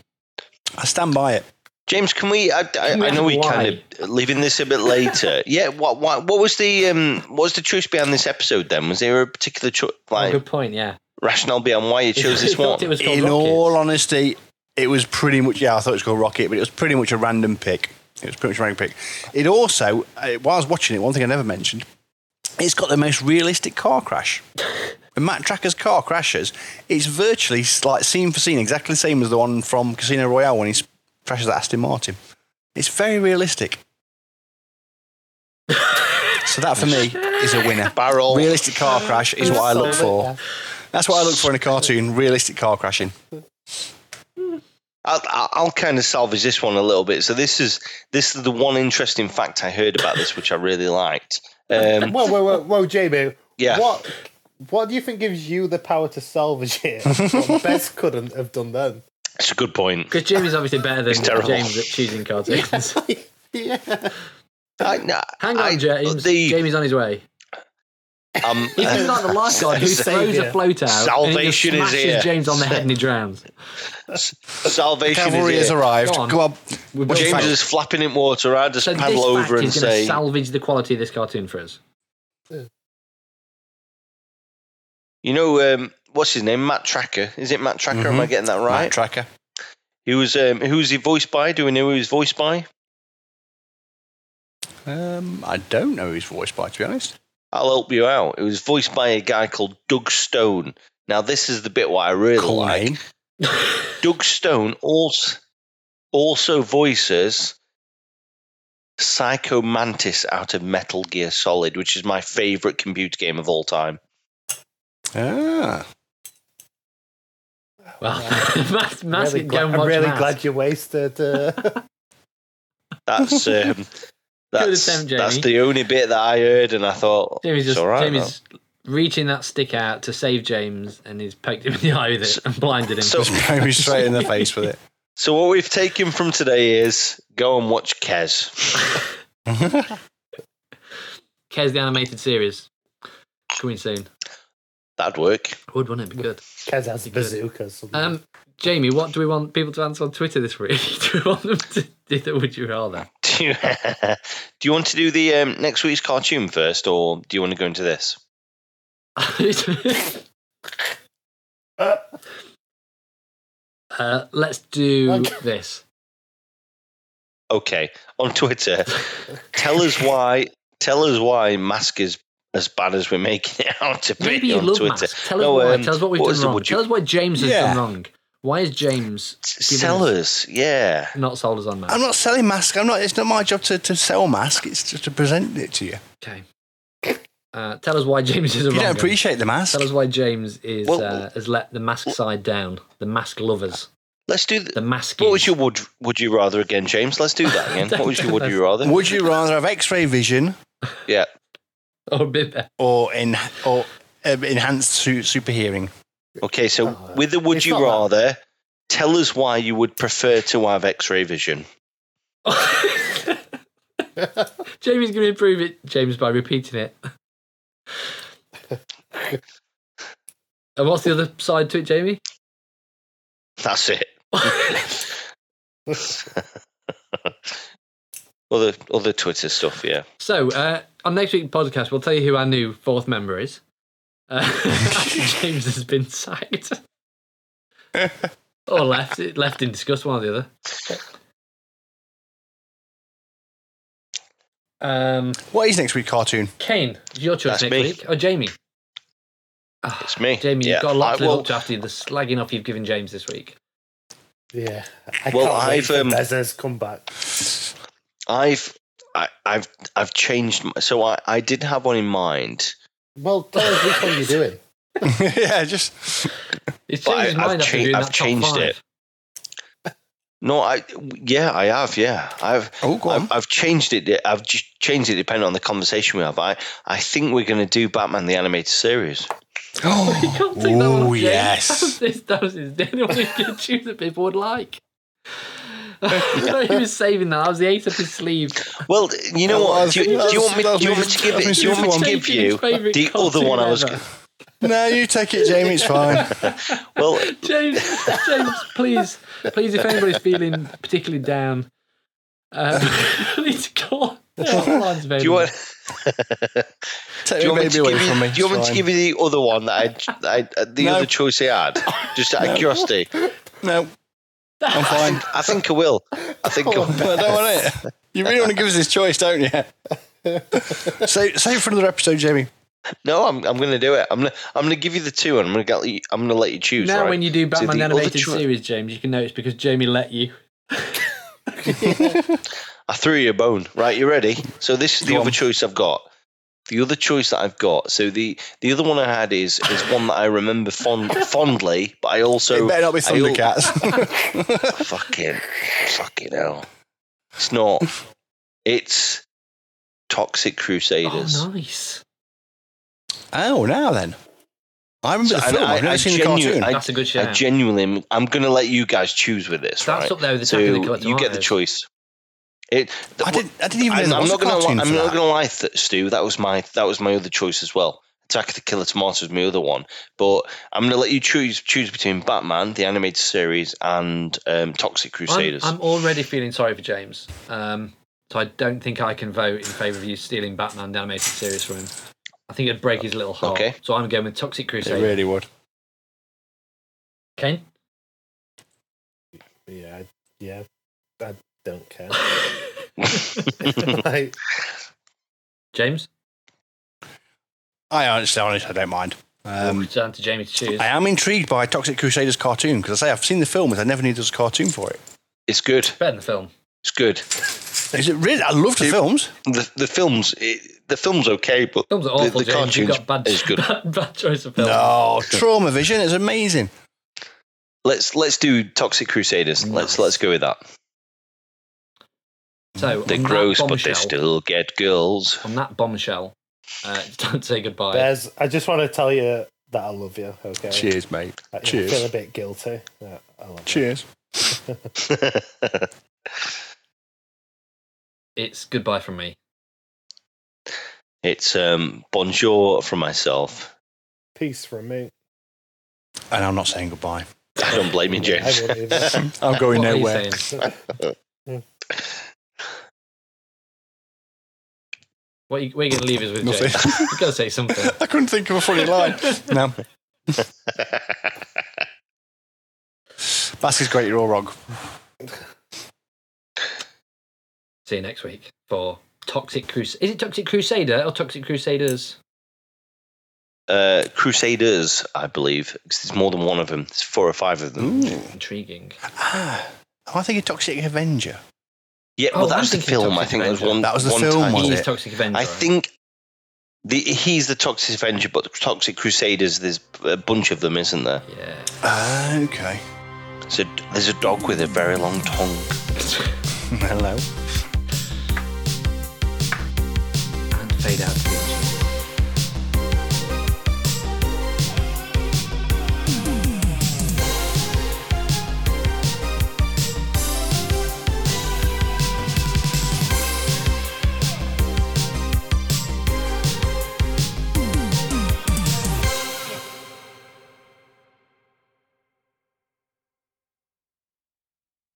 B: I stand by it.
C: James, can we? I, I,
A: Can we
C: I know
A: ask
C: we
A: why?
C: kind of leaving this a bit later. yeah, what what what was the um what was the truth behind this episode? Then was there a particular cho-
A: Oh,
C: like
A: good point, yeah.
C: rationale behind why you chose
A: He
C: this
A: thought
C: one?
A: It was called
B: In
A: Rockets.
B: all honesty, it was pretty much yeah. I thought it was called Rocket, but it was pretty much a random pick. It was pretty much a random pick. It also, uh, while I was watching it, one thing I never mentioned, it's got the most realistic car crash. When Matt Tracker's car crashes, it's virtually s- like scene for scene, exactly the same as the one from Casino Royale when he s- crashes that Aston Martin. It's very realistic. so that for me is a winner.
C: Barrel.
B: Realistic car crash is what I look for.
D: Yeah.
B: That's what I look for in a cartoon: realistic car crashing.
C: I'll, I'll- I'll kind of salvage this one a little bit. So this is this is the one interesting fact I heard about this, which I really liked. Um,
D: Whoa, whoa, whoa, whoa, Jamie.
C: Yeah.
D: What, what do you think gives you the power to salvage it? What Bez couldn't have done then.
C: it's a good point.
A: Because Jamie's obviously better than
C: terrible.
A: James at choosing cartoons.
D: Yeah.
C: I, no,
A: Hang on,
C: I-
A: James.
C: the-
A: Jamie's on his way.
C: um,
A: He's been like the lifeguard who
D: Save
A: throws a
D: it.
A: float out.
C: Salvation
A: and
C: is
A: it just smashes
C: here.
A: James on the head and he drowns.
C: salvation is,
B: Cavalry has
C: here.
B: arrived.
A: Go on.
B: Go on.
A: We've
B: What do you
C: James
B: think?
C: is flapping in water. I just
A: so this
C: paddle
A: fact
C: over and
A: is going to
C: say,
A: salvage the quality of this cartoon for us.
C: you know, um, what's his name? Matt Tracker. Is it Matt Tracker? Am I
A: Mm-hmm.
B: Mhm.
C: getting that
B: Right.
C: right?
B: tracker.
C: he was. Um, who was he voiced by? Do we know who he was voiced by?
B: Um, I don't know his voice by, to be honest.
C: I'll help you out. It was voiced by a guy called Doug Stone. Now, this is the bit what I really
B: Cool
C: like.
B: name.
C: Doug Stone also, also voices Psycho Mantis out of Metal Gear Solid, which is my favorite computer game of all time.
B: Ah.
A: Well, Matt,
D: I'm
A: Matt's
D: really,
A: going
D: gla-
A: to
D: I'm really
A: Matt.
D: glad you wasted. Uh,
C: That's um, that's,
A: attempt, Jamie.
C: that's the only bit that I heard, and I thought
A: Jamie's
C: it's
A: just
C: all right.
A: Jamie's reaching that stick out to save James, and he's poked him in the eye with it and blinded him.
C: so-
B: Just blow me straight in the face with it.
C: So what we've taken from today is go and watch Kez.
A: Cares the animated series coming soon.
C: That'd work.
A: Would wouldn't it be good?
D: Kez has bazookas.
A: Um, Jamie, what do we want people to answer on Twitter this week? do we want them to do that? Would you rather?
C: Do you, do you want to do the um, next week's cartoon first, or do you want to go into this?
A: uh, let's do
D: Okay.
A: this.
C: Okay, on Twitter, tell us why. Tell us why Mask is as bad as we're making it out to be
A: Maybe you
C: on
A: love
C: Twitter.
A: masks. Tell us
C: No,
A: why.
C: um,
A: tell us what we've
C: what is
A: done
C: the-
A: wrong.
C: would you-
A: Tell us what James has
B: Yeah.
A: done wrong. Why is James giving
C: Sell us, yeah.
A: not sold us on masks?
B: I'm not selling mask. I'm not. It's not my job to, to sell mask. It's just to present it to you.
A: Okay. Uh, tell us why James is a
B: If you
A: wrong.
B: don't appreciate the mask,
A: Tell us why James is
C: Well-
A: uh, has let the mask side down. The mask lovers.
C: Let's do. The,
A: The mask.
C: what was your would would you rather again, James? Let's do that again. what was your would you rather?
B: would you rather have X-ray vision
C: Yeah.
A: Oh, bit there.
B: or in or um, enhanced su- super hearing?
C: Okay, so
D: Oh,
C: with the would
D: it's
C: you
D: not that-
C: rather, tell us why you would prefer to have X-ray vision.
A: Jamie's going to improve it, James, by repeating it. and what's the other side to it, Jamie?
C: That's it. Other other Twitter stuff, yeah.
A: so, uh, on next week's podcast, we'll tell you who our new fourth member is. Uh, James has been sacked. or left, left in disgust, one or the other. Um,
B: What is next week's cartoon?
A: Kane, it's your choice
C: That's
A: next
C: me.
A: week. Oh, Jamie.
C: It's me.
A: Jamie,
C: yeah.
A: you've got a lot
C: I-
A: to live
C: well,
A: up to after the slagging off you've given James this week.
D: yeah. I
C: Well,
D: can't wait
C: I've,
D: for
C: um,
D: Bezos come back.
C: I've I, I've I've changed. My, so I I did have one in mind.
D: Well, tell us which one you're doing.
B: yeah, just
A: It's changed his
C: But I- I've
A: mind after
C: cha-
A: doing
C: I've
A: that top
C: changed
A: five.
C: it. No, I yeah, I have. Yeah, I've
B: oh, go on.
C: I've, I've changed it. I've j- changed it depending on the conversation we have. I I think we're going to do Batman the animated series.
A: You
B: Oh,
A: can't take that one off, James. That was
B: yes.
A: his, that was his the only one he could choose that people would like. I thought he was saving that. I was the ace up his sleeve.
C: Well, you know
B: Oh, I
C: what?
B: was-
C: Do you, do you want me? Do you want me to give it? Do you want me to
A: Taking
C: give
A: his
C: you
A: favourite
C: the other
A: cartoon
C: one? I was.
A: ever.
B: No, you take it, Jamie. It's fine.
C: Well,
A: James, James, please, please, if anybody's feeling particularly down, um, please call.
C: do you want?
B: Take
C: Do you
B: your
C: want me
B: baby
C: to
B: away
C: give you,
B: from me.
C: do you want me
B: It's
C: to give you the other one that I, that I the
B: No.
C: other choice I had? Just out of curiosity,
B: fine. No, I'm fine.
C: I think I will. I think I will.
B: I don't want it. You really want to give us this choice, don't you? save, save for another episode, Jamie.
C: no. I'm I'm going to do it. I'm gonna I'm going to give you the two, and I'm going to I'm going to let you choose.
A: Now,
C: right?
A: when you do Batman
C: So the
A: the
C: other
A: animated
C: choi-
A: series, James, you can know it's because Jamie let you.
C: I threw you a bone. Right, you ready? So this is the
B: Go
C: other
B: on.
C: choice I've got. The other choice that I've got. So the the other one I had is is one that I remember fond, fondly, but I also
B: it better not be
C: I al-
B: Thundercats.
C: fucking fucking hell. It's not. It's Toxic Crusaders.
A: Oh, nice.
B: oh, now then. I remember the
C: So, and
B: film. I, have never seen the
C: genu-
B: cartoon.
C: I-
A: That's a good
C: I
A: shout.
C: genuinely, am- I'm going to let you guys choose with this.
A: That's
C: right?
A: up there with the
C: so
A: Attack of the Killer
C: you get the
A: Tomatoes.
C: choice. It.
B: I didn't. I didn't even.
C: I'm,
B: know
C: I'm
B: there
C: not
B: was a
C: gonna. Lie,
B: cartoon
C: I'm
B: for
C: not
B: that.
C: gonna lie, th- Stu. That was my. That was my other choice as well. Attack of the Killer Tomatoes was my other one, but I'm gonna let you choose choose between Batman the animated series and um, Toxic
A: I'm,
C: Crusaders.
A: I'm already feeling sorry for James. Um, so I don't think I can vote in favour of you stealing Batman the animated series from him. I think it'd break his little heart.
C: Okay.
A: So I'm going with Toxic Crusade.
B: It really would.
A: Kane?
D: Yeah, I- yeah. I don't care. like,
A: James?
B: I honestly, honestly, I don't mind. Um,
A: it's down to Jamie to choose.
B: I am intrigued by Toxic Crusaders cartoon because I say I've seen the film, but I never knew there was a cartoon for it.
C: it's good.
A: Better than the film.
C: It's good.
B: Is it really? I love the films.
C: The the films. It, the film's okay, but
A: Film's are
C: the,
A: awful,
C: the
A: James. You've
C: cartoons
A: got bad,
C: is good.
A: bad, bad choice of film.
B: No, Oh, Trauma Vision is amazing.
C: Let's let's do Toxic Crusaders. Let's let's go with that.
A: So
C: They're
A: on that
C: gross, but they
A: bombshell-
C: still get girls.
A: On that bombshell, uh, it's time to say goodbye.
D: Bez, I just want to tell you that I love you. Okay.
B: Cheers, mate.
D: I,
B: cheers.
D: I feel a bit guilty. Yeah, I love you.
B: Cheers.
A: It's goodbye from me.
C: it's um, bonjour from myself.
D: Peace from me.
B: And I'm not saying goodbye.
C: I don't blame you,
D: I
C: James.
D: won't even.
B: I'm going
A: What are you
B: nowhere.
A: saying? What are you, what are you going to leave us with,
B: Nothing.
A: James? You've got to say something.
B: I couldn't think of a funny line. No, Basket's great. You're all wrong.
A: See you next week for Toxic Crus. Is it Toxic Crusader or Toxic Crusaders?
C: uh, Crusaders, I believe, 'cause there's more than one of them. There's four or five of them.
A: Intriguing.
B: Ah, am I thinking Toxic Avenger?
C: Yeah,
A: Oh,
C: well,
A: I'm
C: that's the
A: thinking
C: film. I
A: Toxic
C: think that was
A: Avenger.
C: one.
B: That was the
C: one
B: film,
C: time.
B: was
A: He
B: it?
A: is Toxic Avenger.
C: I think the he's the Toxic Avenger, but the Toxic Crusaders. There's a bunch of them, isn't there?
A: Yeah.
B: Ah, okay.
C: So there's a dog with a very long tongue.
B: Hello.